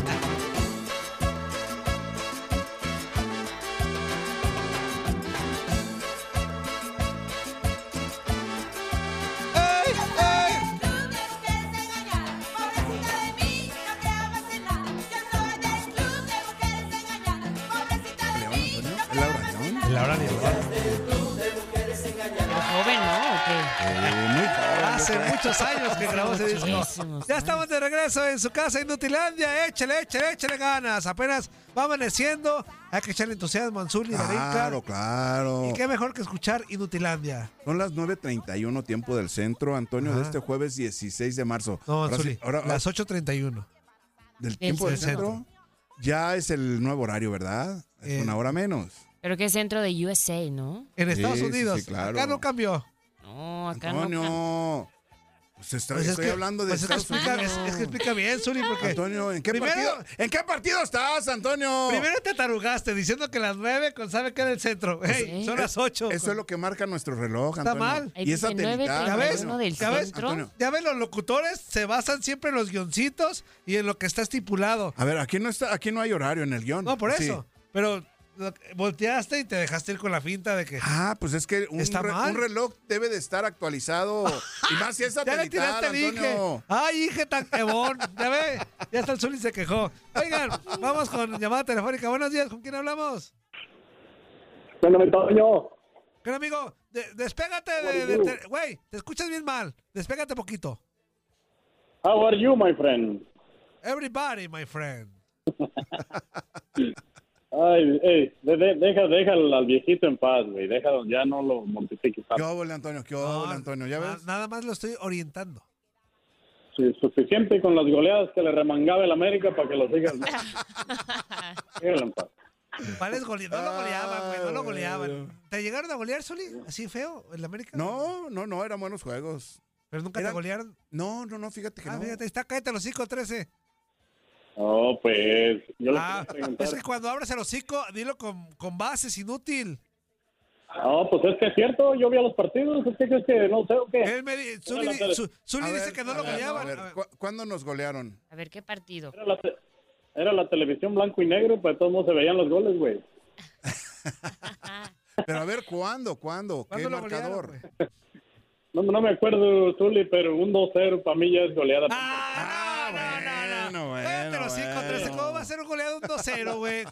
Club de mujeres engañadas, pobrecita de mí, no te hagas de nada. Yo soy del club de mujeres engañadas, pobrecita de
León,
mí, no
Antonio, el
te hagas de
Abrañón.
nada.
La hora de
Pero joven, ¿no? ¿O qué?
Eh, muy joven, yo
hace muchos años que
Hace
grabó ese disco.
muchísimos
Ya estamos de regreso en su casa Inutilandia. Échale, échale, échale ganas. Apenas va amaneciendo. Hay que echarle entusiasmo a Anzuli,
Claro, claro.
Y qué mejor que escuchar Inutilandia.
Son las 9.31 tiempo del centro, Antonio, de
Ajá.
este jueves 16 de marzo.
No,
Ahora sí,
Anzuli,
ahora- Pues
las 8.31.
del tiempo del centro. Ya es el nuevo horario, ¿verdad?
Eh,
Es una hora menos.
Pero que es centro de USA, ¿no?
En
Sí,
Estados
sí,
Unidos.
sí, claro.
Acá no cambió.
No, acá
Antonio.
no.
Pues está-
Pues es
estoy
que-
hablando de
pues es que
Estados
explica-
Unidos.
es- es que explica bien, Zuli, porque-
Antonio, ¿en qué,
Primero-
partido, ¿en qué partido estás, Antonio?
Primero te tarugaste diciendo que las 9 con sabe que era el centro. Ey, son las 8.
Pues, eh, Eso es lo que marca nuestro reloj,
Está
Antonio.
mal.
Y es satelital.
¿Ya ves?
Antonio.
¿Ya ves?
Antonio,
Ya ves, los locutores se basan siempre en los guioncitos y en lo que está estipulado.
A ver, aquí no, está, aquí no hay horario en el guión.
No, por
Ah, pues Sí.
eso. Pero lo- volteaste y te dejaste ir con la finta de que.
Ah, pues es que un,
Está
re-
mal.
un reloj debe de estar actualizado. y más si es
Ya le
satelital,
tiraste al Inge.
Antonio.
Ay, Inge tan quebón. Ya ve, ya está el Zuli se quejó. Oigan, vamos con llamada telefónica. Buenos días, ¿con quién hablamos?
Bueno, me Toño.
Gran amigo, de- despégate de. de- de- Güey, te escuchas bien mal. Despégate poquito.
How are you, my friend?
Everybody, my friend.
Ay, ey, de- de- deja, deja al al viejito en paz, güey. Déjalo, ya no lo mortifiques. Ah,
¿Qué óvole, Antonio? ¿Qué óvole, Antonio? ¿Ya ves?
Nada más lo estoy orientando.
Sí, suficiente con las goleadas que le remangaba el América para que lo sigas. Déjalo en paz.
¿Cuáles gole- No lo goleaban, güey, no lo goleaban. ¿Te llegaron a golear, Soli? ¿Así feo? ¿En la América?
No, no, no, eran buenos juegos.
¿Pero nunca te golearon?
No, no, no, fíjate que
Ah,
no.
fíjate, ahí está, cállate el hocico 13.
No, pues. Yo le
Ah,
quería preguntar.
es que cuando abres el hocico, dilo con, con bases, inútil.
No, pues es que es cierto. Yo vi a los partidos. ¿Usted crees que no sé o qué?
Él me di- Zuli
Era la-
di- Zu- Zuli
A
dice
ver,
que no
a
lo
ver,
goleaban.
a ver,
¿cu- ¿Cuándo nos golearon?
A ver qué partido.
Era la, te- era la televisión blanco y negro, pues todos no se veían los goles, güey.
Pero a ver, ¿cuándo? ¿Cuándo? ¿Qué
¿Cuándo lo
marcador?
No, no me acuerdo, Zuli, pero un 2-0 para mí ya es goleada.
Ah.
bueno, bueno.
Pero sí, con 13, este, ¿cómo va a ser un goleado un 2-0, güey?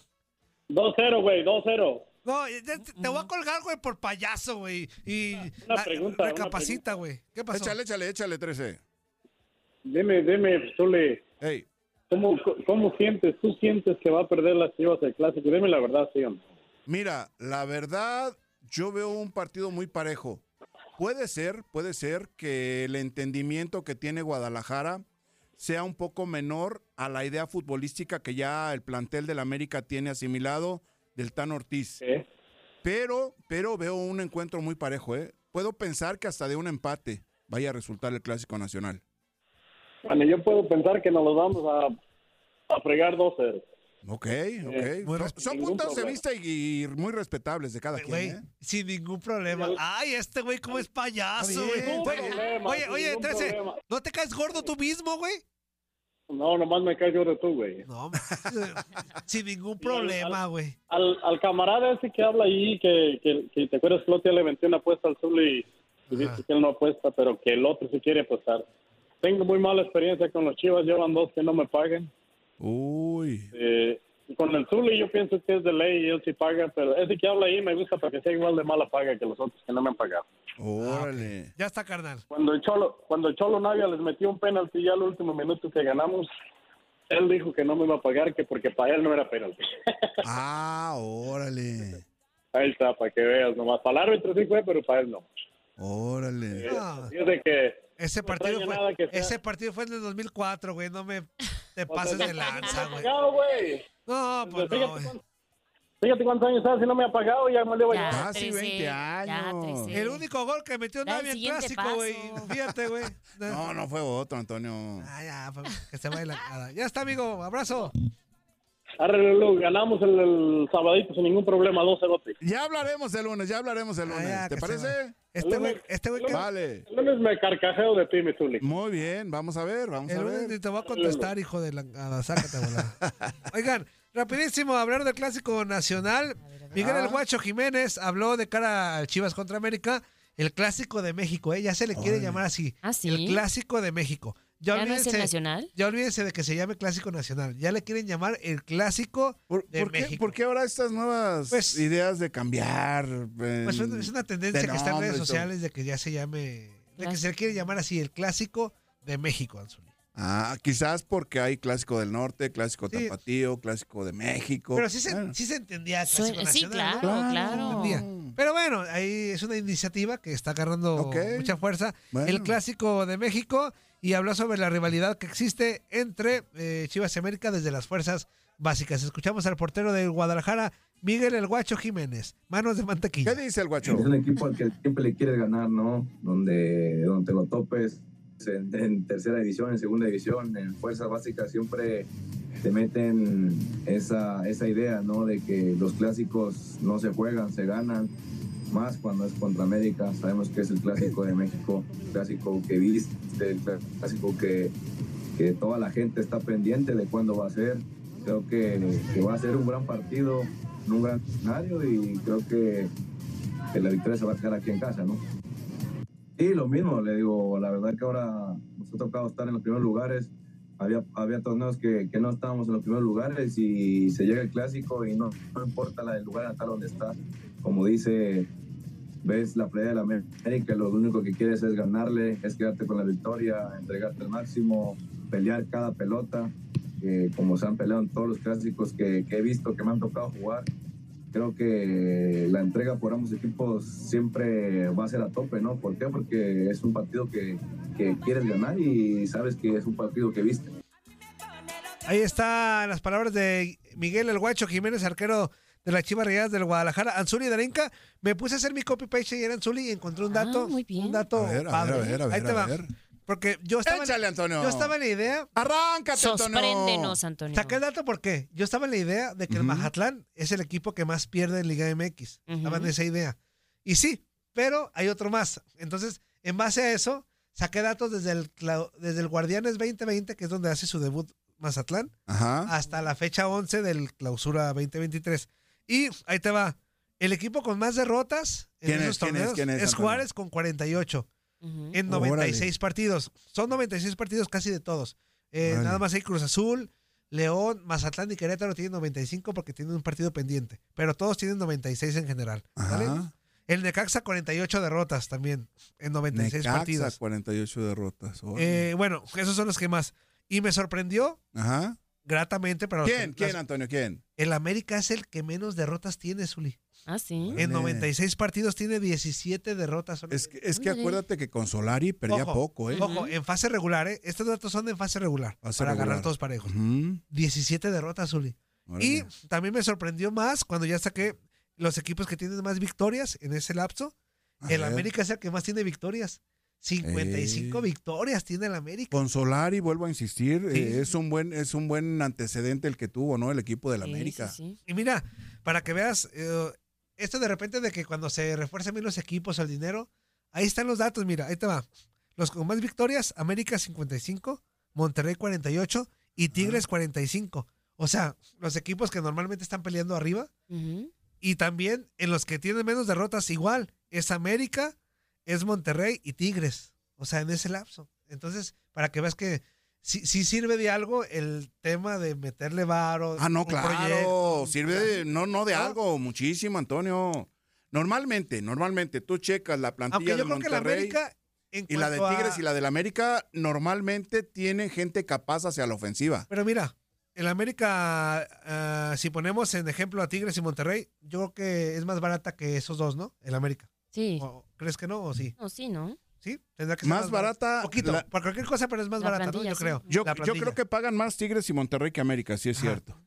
2-0, güey, 2-0.
No, ya te, te voy a colgar, güey, por payaso, güey. Y
Una
ah,
pregunta, una
recapacita, güey. ¿Qué pasó?
Échale, échale, échale, 13.
Dime, dime, Zuli. ¿Cómo, ¿Cómo sientes? ¿Tú sientes que va a perder las chivas el clásico? Dime la verdad, sí. hombre.
Mira, la verdad, yo veo un partido muy parejo. Puede ser, puede ser que el entendimiento que tiene Guadalajara sea un poco menor a la idea futbolística que ya el plantel del América tiene asimilado del Tan Ortiz. Pero, pero veo un encuentro muy parejo, ¿eh? Puedo pensar que hasta de un empate vaya a resultar el Clásico Nacional.
Bueno, yo puedo pensar que nos los vamos a, a fregar 2-0.
Ok,
Eh,
ok. Son- son
ningún
puntos de
problema.
vista y, y muy respetables de cada
Güey,
quien, ¿eh?
sin ningún problema. Ay, este güey, cómo es payaso, güey.
Ningún
Güey,
problema,
Oye, oye,
ningún
13,
problema.
¿no te caes gordo tú mismo, güey?
No, nomás me caigo de tú, güey.
No, sin ningún problema, güey.
Al, al camarada ese que habla ahí, que, que, que te acuerdas que el otro día le aventé una apuesta al Zuli y dice que él no apuesta, pero que el otro sí quiere apostar. Tengo muy mala experiencia con los chivas, llevan dos que no me pagan.
Uy.
Eh, y con el Zuli yo pienso que es de ley y él sí paga, pero ese que habla ahí me gusta porque sea igual de mala paga que los otros que no me han pagado.
Órale.
Ah, Ya está, carnal.
Cuando el Cholo, cuando el Cholo Navia les metió un penalti ya al último minuto que ganamos, él dijo que no me iba a pagar, que porque para él no era penalti.
Ah, órale.
Ahí está, para que veas nomás. Para el árbitro sí fue, pero para él no.
Órale.
Ah.
Así es de que
Ese partido, fue,
nada que sea.
ese partido fue en el 2004, güey. No me te pases de lanza, güey.
pagado, güey.
No, pues no, güey.
Fíjate cuántos años hace, no me ha pagado, ya me le voy
Ya,
a llevar. Eh,
Casi 13, 20 ya, Ah, años. 13. El único gol que metió
Da el
Navia en
siguiente
clásico, güey. Fíjate, güey.
No, no fue otro, Antonio.
Ah, ya, pa- que se baila. nada. Ya está, amigo. Abrazo.
Arre, Lulú, ganamos el, el sabadito sin ningún problema, 2-0.
Ya hablaremos el lunes, ya hablaremos el lunes.
ah,
¿Te parece?
Este güey, este güey que-
Vale.
El lunes me carcajeo de ti, mi Zuli.
Muy bien, vamos a ver, vamos
El
a
lunes ni
ver.
te va a contestar, hijo de la... a la- Sácate, volada. Oigan, rapidísimo, hablar del Clásico Nacional. Miguel el Guacho Jiménez habló de cara al Chivas contra América. El Clásico de México, ¿eh? Ya se le quiere llamar así. El Clásico de México.
¿Ya no es el Nacional?
Ya olvídense de que se llame Clásico Nacional. Ya le quieren llamar el Clásico de
¿Por qué,
México.
por qué ahora estas nuevas ideas de cambiar? eh,
Pues es una tendencia que está en redes sociales de que ya se llame de que se le quiere llamar así el clásico de México, Anzuli.
Ah, quizás porque hay clásico del norte, clásico
Sí.
tapatío, clásico de México.
Pero sí se,
Bueno.
sí se entendía. el
Suena-
clásico
sí,
nacional,
claro,
¿no?
claro.
Se entendía. Pero bueno, ahí es una iniciativa que está agarrando mucha fuerza. El clásico de México y habló sobre la rivalidad que existe entre eh, Chivas y América desde las fuerzas básicas. Escuchamos al portero del Guadalajara, Miguel el Guacho Jiménez. Manos de mantequilla. ¿Qué
dice el Guacho?
Es un equipo al que siempre le quieres ganar, ¿no? Donde, donde lo topes en, en tercera división, en segunda división, en fuerzas básicas, siempre te meten esa, esa idea, ¿no? De que los clásicos no se juegan, se ganan. Más cuando es contra América, sabemos que es el clásico de México, el clásico que viste, el cl- clásico que, que toda la gente está pendiente de cuándo va a ser. Creo que, que va a ser un gran partido, un gran escenario y creo que que la victoria se va a quedar aquí en casa, ¿no? Y lo mismo, le digo, la verdad que ahora nos ha tocado estar en los primeros lugares. Había, había torneos que, que no estábamos en los primeros lugares y se llega el clásico y no, no importa la del lugar hasta donde estás. Como dice, ves la playa de la América, lo único que quieres es ganarle, es quedarte con la victoria, entregarte al máximo, pelear cada pelota, que como se han peleado en todos los clásicos que- que he visto, que me han tocado jugar creo que la entrega por ambos equipos siempre va a ser a tope, ¿no? ¿Por qué? Porque es un partido que, que quieres ganar y sabes que es un partido que viste.
Ahí están las palabras de Miguel El Guacho Jiménez, arquero de las Chivas Rayadas del Guadalajara. Anzuli Darenka, me puse a hacer mi copy-paste ayer, Anzuli, y encontré un dato. Un dato
A ver, a
padre.
ver, a ver, a
Ahí
ver,
te
a
va.
ver.
Porque yo estaba,
Échale, Antonio.
yo estaba en la idea.
Arráncate, Antonio. Sorpréndenos, Antonio.
Saqué el dato porque yo estaba en la idea de que el Mazatlán es el equipo que más pierde en Liga MX. Estaba en esa idea. Y sí, pero hay otro más. Entonces, en base a eso, saqué datos desde el, clau- desde el Guardianes 2020, que es donde hace su debut Mazatlán, hasta la fecha 11 del Clausura 2023. Y ahí te va. El equipo con más derrotas en
¿Quién es,
esos
quién es,
torneos
quién es,
es
Antonio?
Juárez con 48
Ujú.
en
Órale.
96 partidos. Son 96 partidos casi de todos. Eh,
Órale.
Nada más hay Cruz Azul, León, Mazatlán y Querétaro tienen 95 porque tienen un partido pendiente. Pero todos tienen 96 en general. ¿vale?
Ajá.
El Necaxa 48 derrotas también en 96
Necaxa,
partidos.
48 derrotas. Órale.
Eh, bueno, esos son los que más. Y me sorprendió
Ajá.
gratamente para los
¿Quién?
que-
¿Quién,
las-
Antonio? ¿Quién?
el América es el que menos derrotas tiene, Zuli.
Ah, sí.
En
Órale.
96 partidos tiene 17 derrotas. Es que,
Es que acuérdate que con Solari perdía
Ojo,
poco, ¿eh?
Ojo, en fase regular, ¿eh? Estos datos son de en fase regular.
Fase
para
regular.
agarrar todos parejos.
Ujú.
17 derrotas, Zuli.
Órale.
Y también me sorprendió más cuando ya saqué los equipos que tienen más victorias en ese lapso.
A
el
ver.
América es el que más tiene victorias. 55
Eh.
victorias tiene el América.
Con Solari, vuelvo a insistir,
Sí.
eh, es un buen es un buen antecedente el que tuvo, ¿no? El equipo del América.
Y mira, para que veas, eh, esto de repente de que cuando se refuerzan bien los equipos o el dinero, ahí están los datos, mira, ahí te va. Los con más victorias, América 55, Monterrey 48 y Tigres 45. O sea, los equipos que normalmente están peleando arriba. Y también en los que tienen menos derrotas, igual, es América, es Monterrey y Tigres. O sea, en ese lapso. Entonces, para que veas que sí, sí sirve de algo el tema de meterle varo.
Ah, no,
un proyecto. Ah.
claro. Sirve de, no, no de algo, muchísimo, Antonio. Normalmente, normalmente, tú checas la plantilla
Aunque yo
de
creo que la
Monterrey
América, en
y la de
cuanto a-
Tigres y la del América, normalmente tienen gente capaz hacia la ofensiva.
Pero mira, el América, ah, si ponemos en ejemplo a Tigres y Monterrey, yo creo que es más barata que esos dos, ¿no? El América.
Sí.
¿Crees que no o sí?
No, sí, ¿no?
Sí, tendrá que ser
Más barata.
Poquito,
la-
por cualquier cosa, pero es más
La
barata, ¿no?
plantilla,
Yo
sí.
creo.
Yo,
la
yo creo que pagan más Tigres y Monterrey que América, sí es cierto.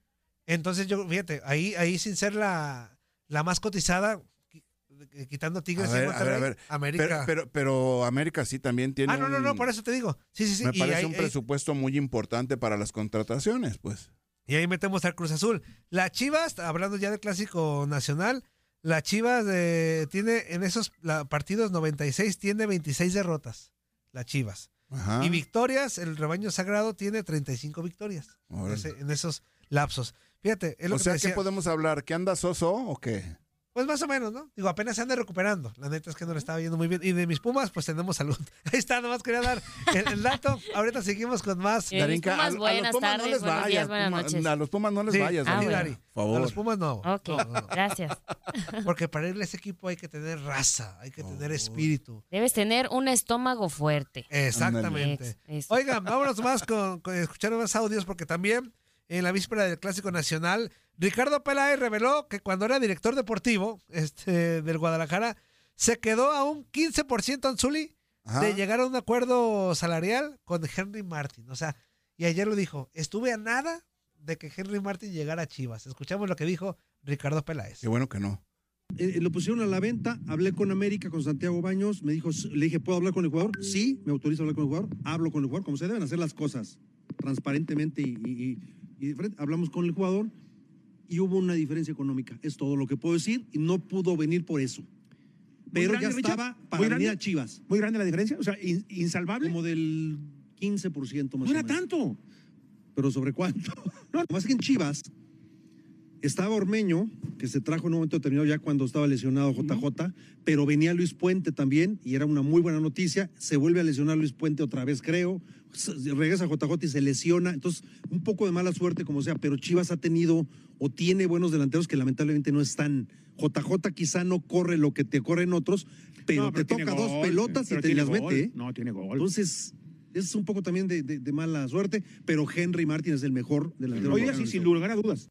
Entonces, yo, fíjate, ahí, ahí sin ser la, la más cotizada, qui- eh, quitando
A
Tigres
ver,
y
a ver,
Monterrey,
a ver.
América.
Pero, pero, pero América sí también tiene.
ah, no, no,
un-
no, por eso te digo. Sí, sí, sí.
Me
y
parece
ahí-
un
ahí-
presupuesto muy importante para las contrataciones, pues.
Y ahí metemos al Cruz Azul. La Chivas, hablando ya del clásico nacional, la Chivas eh, tiene en esos la- partidos 96, tiene 26 derrotas. La Chivas.
Ajá.
Y victorias, el rebaño sagrado tiene 35 victorias.
Órale.
Ese- en esos lapsos. Fíjate, es lo
o
que te
sea, ¿qué
decía.
podemos hablar? ¿Que anda soso o qué?
Pues más o menos, ¿no? Digo, apenas se anda recuperando. La neta es que no le estaba yendo muy bien. Y de mis pumas, pues tenemos salud. Ahí está, nomás quería dar el, el dato. Ahorita seguimos con más.
Y de Eh, mis Pumas,
a- a los
buenas
Pumas
tardes, buenos días, buenas noches.
a los Pumas no les
Sí,
vayas,
sí,
Dani.
Dari.
Por favor.
A los Pumas no.
Ok,
No, no, no.
gracias.
Porque para irle a ese equipo hay que tener raza, hay que
Oh.
tener espíritu.
Debes tener un estómago fuerte.
Exactamente. Oigan, vámonos más con, con escuchar más audios porque también en la víspera del Clásico Nacional, Ricardo Peláez reveló que cuando era director deportivo este, del Guadalajara, se quedó a un 15% Anzuli de llegar a un acuerdo salarial con Henry Martin. O sea, y ayer lo dijo, estuve a nada de que Henry Martin llegara a Chivas. Escuchamos lo que dijo Ricardo Peláez.
Qué bueno que no.
Eh, eh, lo pusieron a la venta, hablé con América, con Santiago Baños, me dijo, le dije, ¿puedo hablar con el jugador? Sí, me autoriza a hablar con el jugador, hablo con el jugador, como se deben hacer las cosas, transparentemente y, y- y- y de frente. hablamos con el jugador y hubo una diferencia económica, es todo lo que puedo decir y no pudo venir por eso. Pero
grande,
ya
Richard?
estaba
¿Muy
para venir
grande?
a Chivas.
¿Muy grande la diferencia? O sea, in- insalvable.
Como del 15% más
No era
tanto. Pero sobre cuánto. No, más que en Chivas estaba Ormeño, que se trajo en un momento determinado ya cuando estaba lesionado JJ, pero venía Luis Puente también y era una muy buena noticia. Se vuelve a lesionar Luis Puente otra vez, creo. S- Regresa JJ y se lesiona. Entonces, un poco de mala suerte como sea, pero Chivas ha tenido o tiene buenos delanteros que lamentablemente no están. JJ quizá no corre lo que te corren otros, pero,
No, pero
te
tiene
toca
gol,
dos pelotas y
pero
te
tiene
las
gol.
mete. ¿eh?
No, tiene gol.
Entonces, es un poco también de, de- de mala suerte, pero Henry Martin es el mejor delantero.
Hoy día
mexicano
sí,
del
sin
torneo.
lugar a dudas.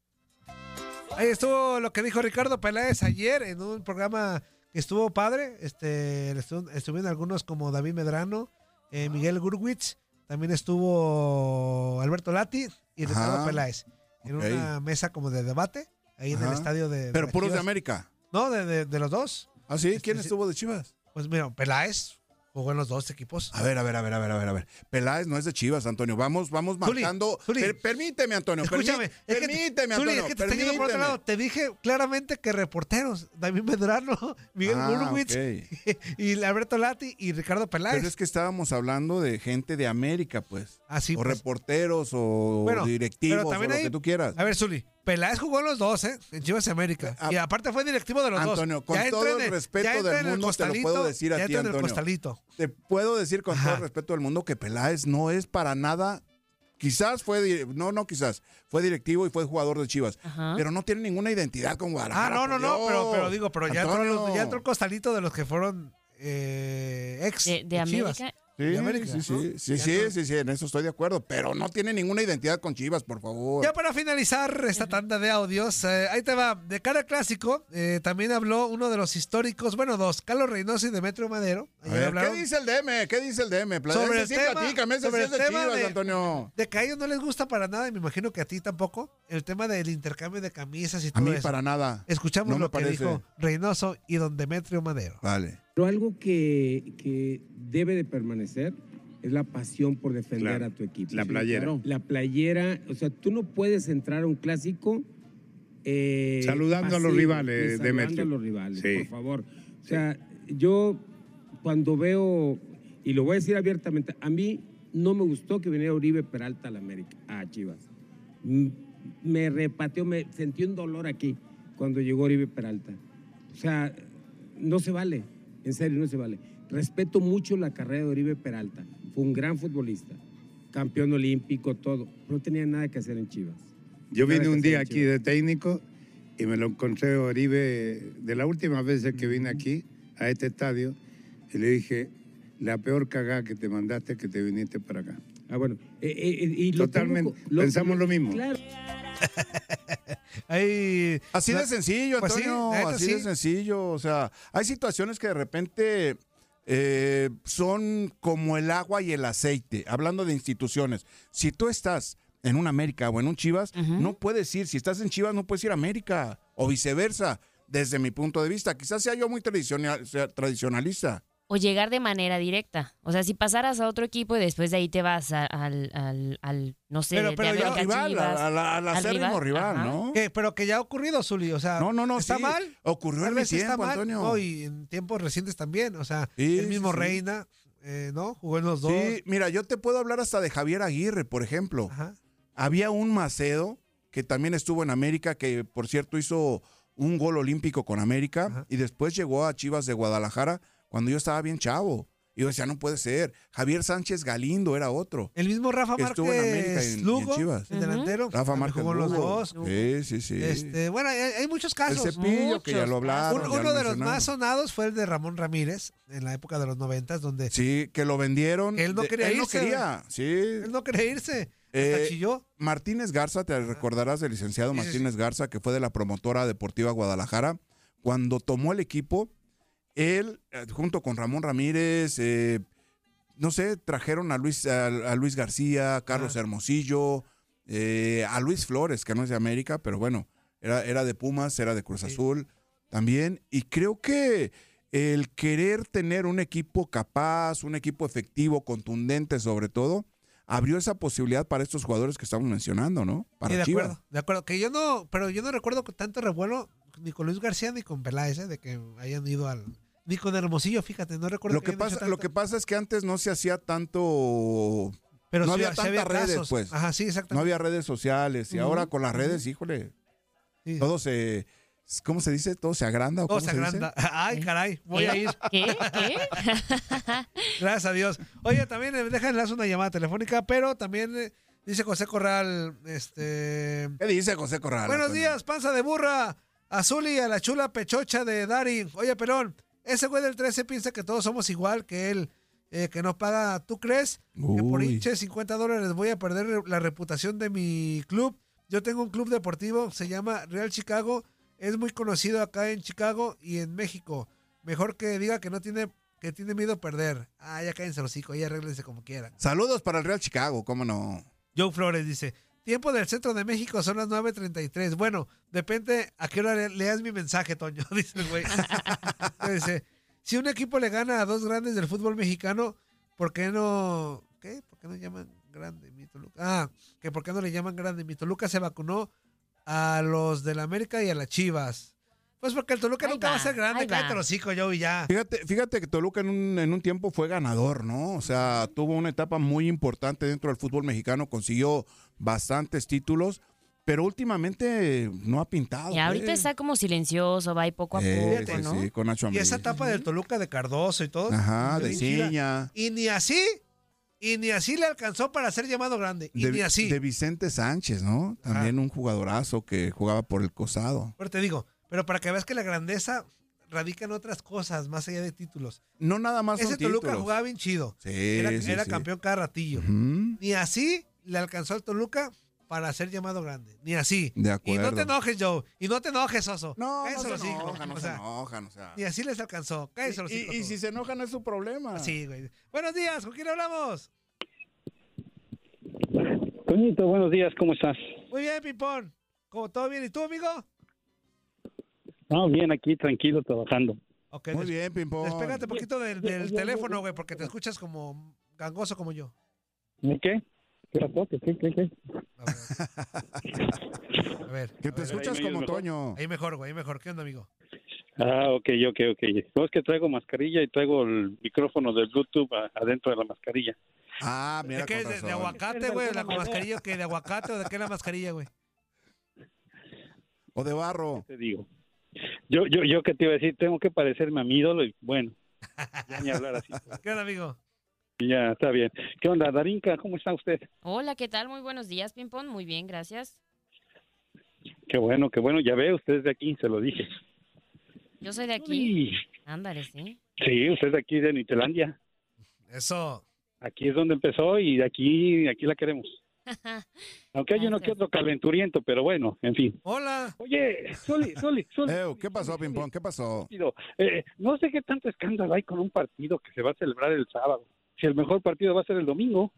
Ahí estuvo lo que dijo Ricardo Peláez ayer en un programa que estuvo padre. Este, estu- estuvieron algunos como David Medrano, eh, Miguel Gurwitz, también estuvo Alberto Lati y Ricardo
Ajá.
Peláez. En
Ok.
una mesa como de debate, ahí en el
Ajá.
estadio de.
Pero
de
puros de
Chivas.
América.
No, de, de- de los dos. Este,
¿Ah, sí? ¿Quién estuvo de Chivas?
Pues mira, Peláez jugó en los dos equipos.
A ver, a ver, a ver, a ver, a ver, a ver. Peláez no es de Chivas, Antonio. Vamos, vamos
Zuli,
marcando.
Zuli.
Per- permíteme, Antonio. permí-
Escúchame, es que te-
permíteme,
Zuli,
Antonio.
es que te está yendo por
permíteme.
otro lado. Te dije claramente que reporteros, David Medrano, Miguel
Ah,
Gurwitz y Alberto Lati y Ricardo Peláez.
Pero es que estábamos hablando de gente de América, pues.
Así.
o reporteros, o
Ah, Bueno,
directivos,
pero también
o lo
ahí-
que tú quieras.
A ver, Zuli, Peláez jugó en los dos, ¿eh? En Chivas y América. y aparte fue directivo de los
Ah, Antonio,
dos.
con
Ya entra
todo
en
el respeto
ya entra
del
en el
mundo, te lo
costalito,
puedo decir a
ya
ti,
entra en el
Antonio.
costalito.
Te puedo decir con todo el respeto del mundo que Peláez no es para nada. Quizás fue, di- no, no, quizás fue directivo y fue jugador de Chivas, pero no tiene ninguna identidad con
Ah,
Guadalajara.
no, no,
por
no,
Dios.
pero, pero digo, pero ya entró, en los-
Antonio.
ya entró el costalito de los que fueron eh, ex
De- de
Chivas.
América.
Sí,
De América,
sí, sí,
¿no?
sí,
Ya
sí,
no-
sí, sí, en eso estoy de acuerdo, pero no tiene ninguna identidad con Chivas, por favor.
Ya para finalizar esta tanda de audios, eh, ahí te va. De cara al clásico, eh, también habló uno de los históricos, bueno, dos, Carlos Reynoso y Demetrio Madero.
A
Ayer
ver,
hablaron
¿qué dice el DM? ¿Qué dice el DM? Pla-
Sobre
ese
el
sí,
tema-
platícame, ese sí
sobre
es de
el tema
Chivas,
de-
Antonio.
de que a ellos no les gusta para nada, y me imagino que a ti tampoco, el tema del intercambio de camisas y
A
todo
mí
eso.
para nada.
Escuchamos
No me
lo que
parece.
dijo Reynoso y don Demetrio Madero.
Vale.
Pero algo que, que debe de permanecer es la pasión por defender
Claro,
a tu equipo.
la playera.
La playera, o sea, tú no puedes entrar a un clásico. eh,
Saludando a los rivales,
sí, saludando
Demetrio.
a los rivales,
Sí.
por favor. O sea, yo cuando veo, y lo voy a decir abiertamente, a mí no me gustó que viniera Uribe Peralta a la América, a Chivas. Mm, Me repateó, me sentí un dolor aquí cuando llegó Uribe Peralta. O sea, no se vale, en serio, no se vale. Respeto mucho la carrera de Oribe Peralta, fue un gran futbolista, campeón olímpico, todo. No tenía nada que hacer en Chivas.
Yo
Nada
vine
que
un
hacer
día
en
aquí de técnico y me lo encontré a Oribe de las últimas veces que vine aquí a este estadio y le dije, la peor cagada que te mandaste es que te viniste para acá.
Ah, bueno. y
lo
Totalmente,
pongo- lo-
pensamos lo mismo.
Ahí-
Así
la-
de sencillo,
Pues sí,
Antonio,
la neta
así
sí.
de sencillo. O sea, hay situaciones que de repente eh, son como el agua y el aceite, hablando de instituciones. Si tú estás en un América o en un Chivas, no puedes ir. Si estás en Chivas, no puedes ir a América o viceversa, desde mi punto de vista. Quizás sea yo muy tradicional, sea tradicionalista.
O llegar de manera directa. O sea, si pasaras a otro equipo y después de ahí te vas a- al, al, al, no sé,
Pero-
de-
pero
de
ya-
América
rival,
Chivas,
a- a la- al
al
acérrimo
rival,
ajá.
¿no?
Que- pero que ya ha ocurrido, Zuli, o sea,
No, no, no,
¿está
sí.
mal?
Ocurrió
Tal
en mi
vez está
tiempo,
mal,
Antonio.
¿no? y en tiempos recientes también, o sea,
Sí,
el mismo
sí, sí.
Reina, eh, ¿no? Jugó en los dos.
Sí, mira, yo te puedo hablar hasta de Javier Aguirre, por ejemplo. Había un Macedo que también estuvo en América, que por cierto hizo un gol olímpico con América y después llegó a Chivas de Guadalajara cuando yo estaba bien chavo. Y yo decía, no puede ser. Javier Sánchez Galindo era otro.
El mismo Rafa
que estuvo en América y en- y
Márquez
en
Lugo,
Chivas.
el delantero.
Rafa
también
Márquez
jugó los
Lugo.
dos.
Sí, sí, sí.
Este, bueno, hay, hay muchos casos.
El Cepillo, que ya lo hablaron,
Un-
ya
Uno,
lo
de los
mencionaron.
más sonados fue el de Ramón Ramírez, en la época de los noventas, donde
Sí, que lo vendieron.
él no
De-
quería
él no
irse.
quería, sí.
él no quería irse.
Eh,
Hasta chilló.
Martínez Garza, te recordarás del licenciado
Sí, sí, sí.
Martínez Garza, que fue de la promotora deportiva Guadalajara. Cuando tomó el equipo, él, eh, junto con Ramón Ramírez, eh, no sé, trajeron a Luis, a, a Luis García, a Carlos Hermosillo, eh, a Luis Flores, que no es de América, pero bueno, era, era de Pumas, era de Cruz Azul también. Y creo que el querer tener un equipo capaz, un equipo efectivo, contundente sobre todo, abrió esa posibilidad para estos jugadores que estamos mencionando, ¿no? Para
Sí, de
Chivas.
acuerdo, de acuerdo. Que yo no, pero yo no recuerdo con tanto revuelo ni con Luis García ni con Peláez, ¿eh? de que hayan ido al. Ni con Hermosillo, fíjate, no recuerdo
Lo que,
hayan hecho
pasa, lo que pasa es que antes no se hacía tanto...
Pero
no
sí,
había
sí
tantas
había
redes,
casos.
pues.
Ajá, sí, exactamente.
No había redes sociales. Y
Ujú,
ahora con las
ujú.
redes, híjole, todo se... ¿Cómo se dice? ¿Todo se agranda? o
Todo
cómo
se
dice?
agranda. Ay, caray, voy a ir.
¿Qué? ¿Qué?
Gracias a Dios. Oye, también eh, déjenle hacer una llamada telefónica, pero también eh, dice José Corral,
Ah,
este...
¿Qué dice José Corral?
Buenos
Antonio?
días, panza de burra, azul y a la chula pechocha de Dari. Oye, Pelón, ese güey del 13 piensa que todos somos igual que él, eh, que no paga. ¿Tú crees que por
Uy.
hinche 50 dólares voy a perder la reputación de mi club? Yo tengo un club deportivo, se llama Real Chicago, es muy conocido acá en Chicago y en México. Mejor que diga que no tiene que tiene miedo a perder. Ah, ya cállense los hocico, ya arréglense como quieran.
Saludos para el Real Chicago, ¿cómo no?
Joe Flores dice, tiempo del centro de México son las 9.33. Bueno, depende a qué hora le- leas mi mensaje, Toño, dice el güey. dice, si un equipo le gana a dos grandes del fútbol mexicano, ¿por qué no... ¿Qué? ¿Por qué no llaman grande mi Toluca? Ah, que ¿por qué no le llaman grande? Mi Toluca se vacunó a los del América y a las Chivas. Pues porque el Toluca nunca va, a ser grande,
ahí va.
cállate el hocico, Joe, y ya.
Fíjate, fíjate que Toluca en un, en un tiempo fue ganador, ¿no? O sea, tuvo una etapa muy importante dentro del fútbol mexicano, consiguió bastantes títulos, pero últimamente no ha
Ah,
pintado.
Y ahorita
pues.
está como silencioso, va ahí poco a
Eh,
poco,
sí,
¿no?
sí, con Nacho
Y esa
Ambriz.
etapa del Toluca de Cardoso y todo.
Ajá, de
Bien chida.
Ciña.
Y ni así, y ni así le alcanzó para ser llamado grande. Y
De,
ni así.
de Vicente Sánchez, ¿no? También un jugadorazo que jugaba por el costado.
Pero te digo, pero para que veas que la grandeza radica en otras cosas más allá de títulos.
No nada más
Ese
son
Toluca
títulos.
jugaba bien chido.
Sí,
era
sí,
era
sí.
campeón cada ratillo.
Ujú.
Ni así le alcanzó al Toluca para ser llamado grande. Ni así.
De
Y
acuerdo.
no te enojes, Joe. Y no te enojes, Oso.
No,
Cállese
no
los
se
hijos.
enojan, no
O
se
sea,
enojan, o sea.
Ni así les alcanzó. Cállese los
Y-
hijos
y si
todos.
se enojan es su problema.
Ah, Sí, güey. Buenos días, ¿con quién hablamos?
Toñito, buenos días, ¿cómo estás?
Muy bien, Pipón. ¿Cómo todo bien? ¿Y tú, amigo?
No, bien aquí, tranquilo, trabajando.
Muy bien, Pimpón.
Despégate un poquito del, del teléfono, güey, porque te escuchas como gangoso como yo.
¿Y ¿Qué? ¿Qué pasó? ¿Qué, qué, qué, qué?
A ver.
Que
a
te
ver.
escuchas
Ahí me
como
oyes mejor.
Toño.
Ahí mejor, güey, ahí mejor. ¿Qué onda, amigo?
Ah, ok, ok, ok. No, es que traigo mascarilla y traigo el micrófono del Bluetooth a- adentro de la mascarilla.
Ah, mira,
¿De qué?
con
es? ¿De, de
razón.
aguacate, güey? ¿La mascarilla que de aguacate o de qué es la mascarilla, güey?
O de barro.
Te digo. Yo, yo, yo que te iba a decir, tengo que parecerme a mi ídolo y bueno, ya ni hablar así.
¿Qué onda, amigo?
Ya, está bien. ¿Qué onda, Darinka? ¿Cómo está usted?
Hola, ¿qué tal? Muy buenos días, Pimpón. Muy bien, gracias.
Qué bueno, qué bueno. Ya veo, usted es de aquí, se lo dije.
Yo soy de
Uy.
aquí. Ándale, sí.
Sí, usted es de aquí, de Nitelandia.
Eso.
Aquí es donde empezó y de aquí, aquí la queremos. Aunque hay uno que otro calenturiento, pero bueno, en fin.
Hola.
Oye, Soli, Soli, Soli.
¿Qué pasó, Pimpón? ¿Qué pasó?
partido. Eh, no sé qué tanto escándalo hay con un partido que se va a celebrar el sábado. Si el mejor partido va a ser el domingo.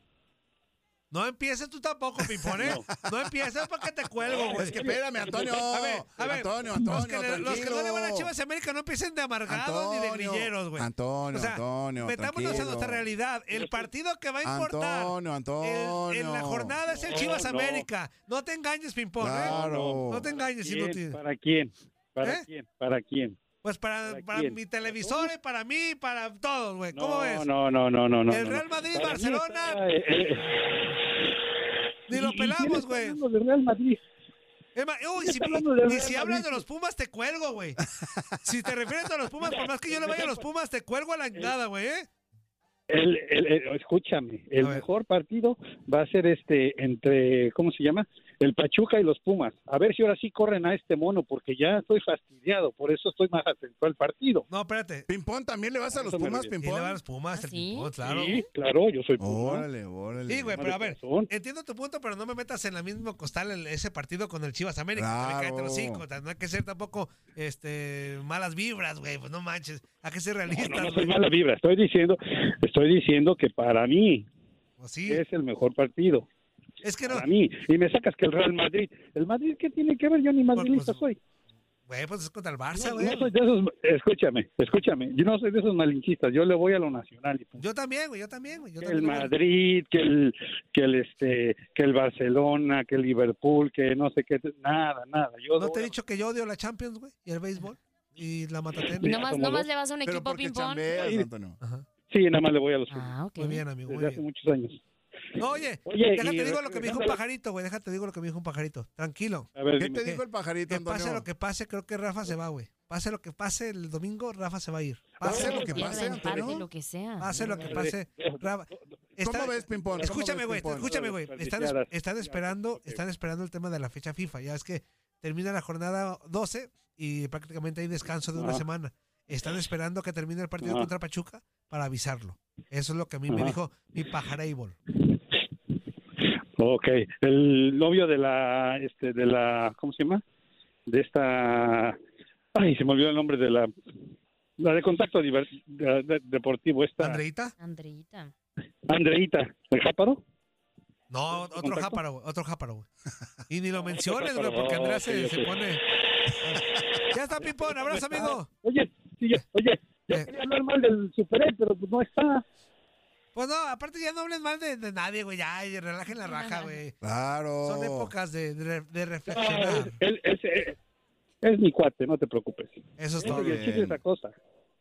No empieces tú tampoco, Pimpón, ¿eh? No, empieces porque te cuelgo, güey.
Es que espérame, Antonio.
A ver, a ver.
Antonio,
los,
Antonio,
que le- los que no le van a
tranquilo.
Chivas de América no empiecen de amargados ni de
Antonio,
grilleros, güey.
Antonio,
O sea,
Antonio,
Metámonos
tranquilo.
en nuestra realidad. El partido que va a importar
Antonio,
el- en la
Antonio.
jornada es el
No,
Chivas
no.
América. No te engañes, Pimpón, ¿eh?
Claro.
No te engañes,
¿Quién?
inútil.
¿Para quién? ¿Para
¿Eh?
quién? ¿Para quién?
Pues para, para
quién?
mi televisor y para mí y para todos, güey. ¿Cómo ves?
No, no, no, no, no.
el
no,
Real
no.
Madrid,
Para mí
Barcelona,
está, eh, eh,
ni lo
¿y- y quién
pelamos,
está
güey.
hablando del Real Madrid.
Es más, uy, si,
Está hablando de
y si
Real
hablas
Madrid.
de los Pumas, te cuelgo, güey. Si te refieres a los Pumas, por más que yo le vaya a los Pumas, te cuelgo a la nada, güey, ¿eh?
El, el- el- escúchame, el mejor partido va a ser este entre, ¿cómo se llama? El Pachuca y los Pumas. A ver si ahora sí corren a este mono, porque ya estoy fastidiado, por eso estoy más atento al partido.
No, espérate.
Pimpón también le vas a los
Eso me
Pumas,
refiero.
Pimpón.
Sí, le
va a los Pumas, el Pimpón, claro.
Sí, claro, yo soy Puma.
Órale, órale.
Sí, güey, pero a ver, entiendo tu punto, pero no me metas en la misma costal en ese partido con el Chivas América. que le cae entre los
Claro.
cinco, o sea, no hay que ser tampoco este, malas vibras, güey, pues no manches. Hay que ser realistas,
No, no soy
güey.
mala vibra, estoy diciendo, estoy diciendo que para mí es el mejor partido.
Pues Es que
Para mí, y me sacas que el Real Madrid, ¿el Madrid qué tiene que ver? Yo ni madridista soy.
Güey, pues es contra el Barça,
No,
güey.
no soy de esos, escúchame, escúchame, yo no soy de esos malinchistas, yo le voy a lo nacional. y punto.
Yo también, güey, yo también, güey. yo
Que el
también, güey.
Madrid, que el, que el este, que el Barcelona, que el Liverpool, que no sé qué, nada, nada. Yo
¿No
doy
te he
a-
dicho que yo odio la Champions, güey? Y el béisbol. Y la matatena.
Mira, Nomás- como nomás dos.
le vas a un Pero equipo porque ping-pong. Ah, chambeas,
Antonio.
Sí, nada más le voy a los.
Muy bien, amigo, muy
Desde hace muchos años.
No, oye,
Oye, y
déjate digo lo que me dijo un
regresando-
pajarito, güey. Déjate digo lo que me dijo un pajarito. Tranquilo.
A ver, ¿Qué dime. te
Que-
dijo el pajarito,
Que
Antonio?
pase lo que pase, creo que Rafa se va, güey. Pase lo que pase el domingo, Rafa se va a ir. Pase
Pierda,
lo que pase,
empate,
Antonio.
lo que sea.
Pase lo que pase, Rafa. Está-
Eh, ves, Pimpón? ¿Cómo
Escúchame,
ves,
güey.
Pimpón?
Escúchame, güey. Están,
Desperdiciadas.
están esperando, están esperando el tema de la fecha FIFA. Ya es que termina la jornada 12 y prácticamente hay descanso de una
Ajá.
semana. Están esperando que termine el partido
Ajá.
contra Pachuca para avisarlo. Eso es lo que a mí me
Ajá.
dijo mi pajareibol.
Ok, el novio de la, este, de la, ¿cómo se llama? De esta, ay, se me olvidó el nombre de la, la de contacto diver- de- de- deportivo esta.
¿Andreita?
Andreita.
Andreita, ¿el Jáparo?
No, otro
contacto?
jáparo, güey, otro jáparo, güey. Y ni lo menciones,
jáparo,
güey, porque Andrea
ok,
se,
ok.
se pone. Ya está, Pipón, abrazo, amigo.
Oye, sí, yo- oye, yo quería hablar mal del Superé, pero pues no está.
Pues no, aparte ya no hablen mal de, de nadie, güey. Ya, y relajen la raja, güey.
Claro.
Son épocas de, de, de reflexionar.
Él, es, es- es mi cuate, no te preocupes.
Eso es
Él
todo.
y El chicle esa cosa.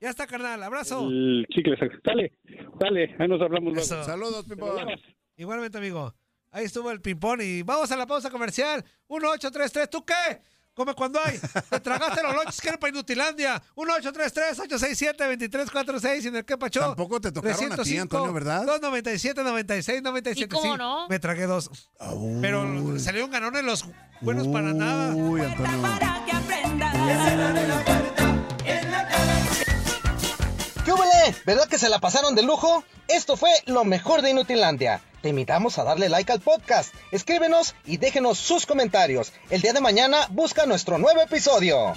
Ya está, carnal, abrazo.
El chicle esa Dale, dale, ahí nos hablamos luego.
Eso. Igualmente, amigo. Ahí estuvo el ping-pong y vamos a la pausa comercial. 1833, ¿tú qué? Come cuando hay. Te tragaste los lonches que eran para Inutilandia. 1833-867-2346 en el que pacho. Tampoco te
tocaron a ti, Antonio, ¿verdad?
297, 96, 97.
¿Y cómo
sí.
no?
Me tragué dos. Pero salieron ganones los buenos para nada.
Uy, Antonio.
¿Qué hubole? ¿Verdad que se la pasaron de lujo? Esto fue lo mejor de Inutilandia. Te invitamos a darle like al podcast, escríbenos y déjenos sus comentarios. El día de mañana busca nuestro nuevo episodio.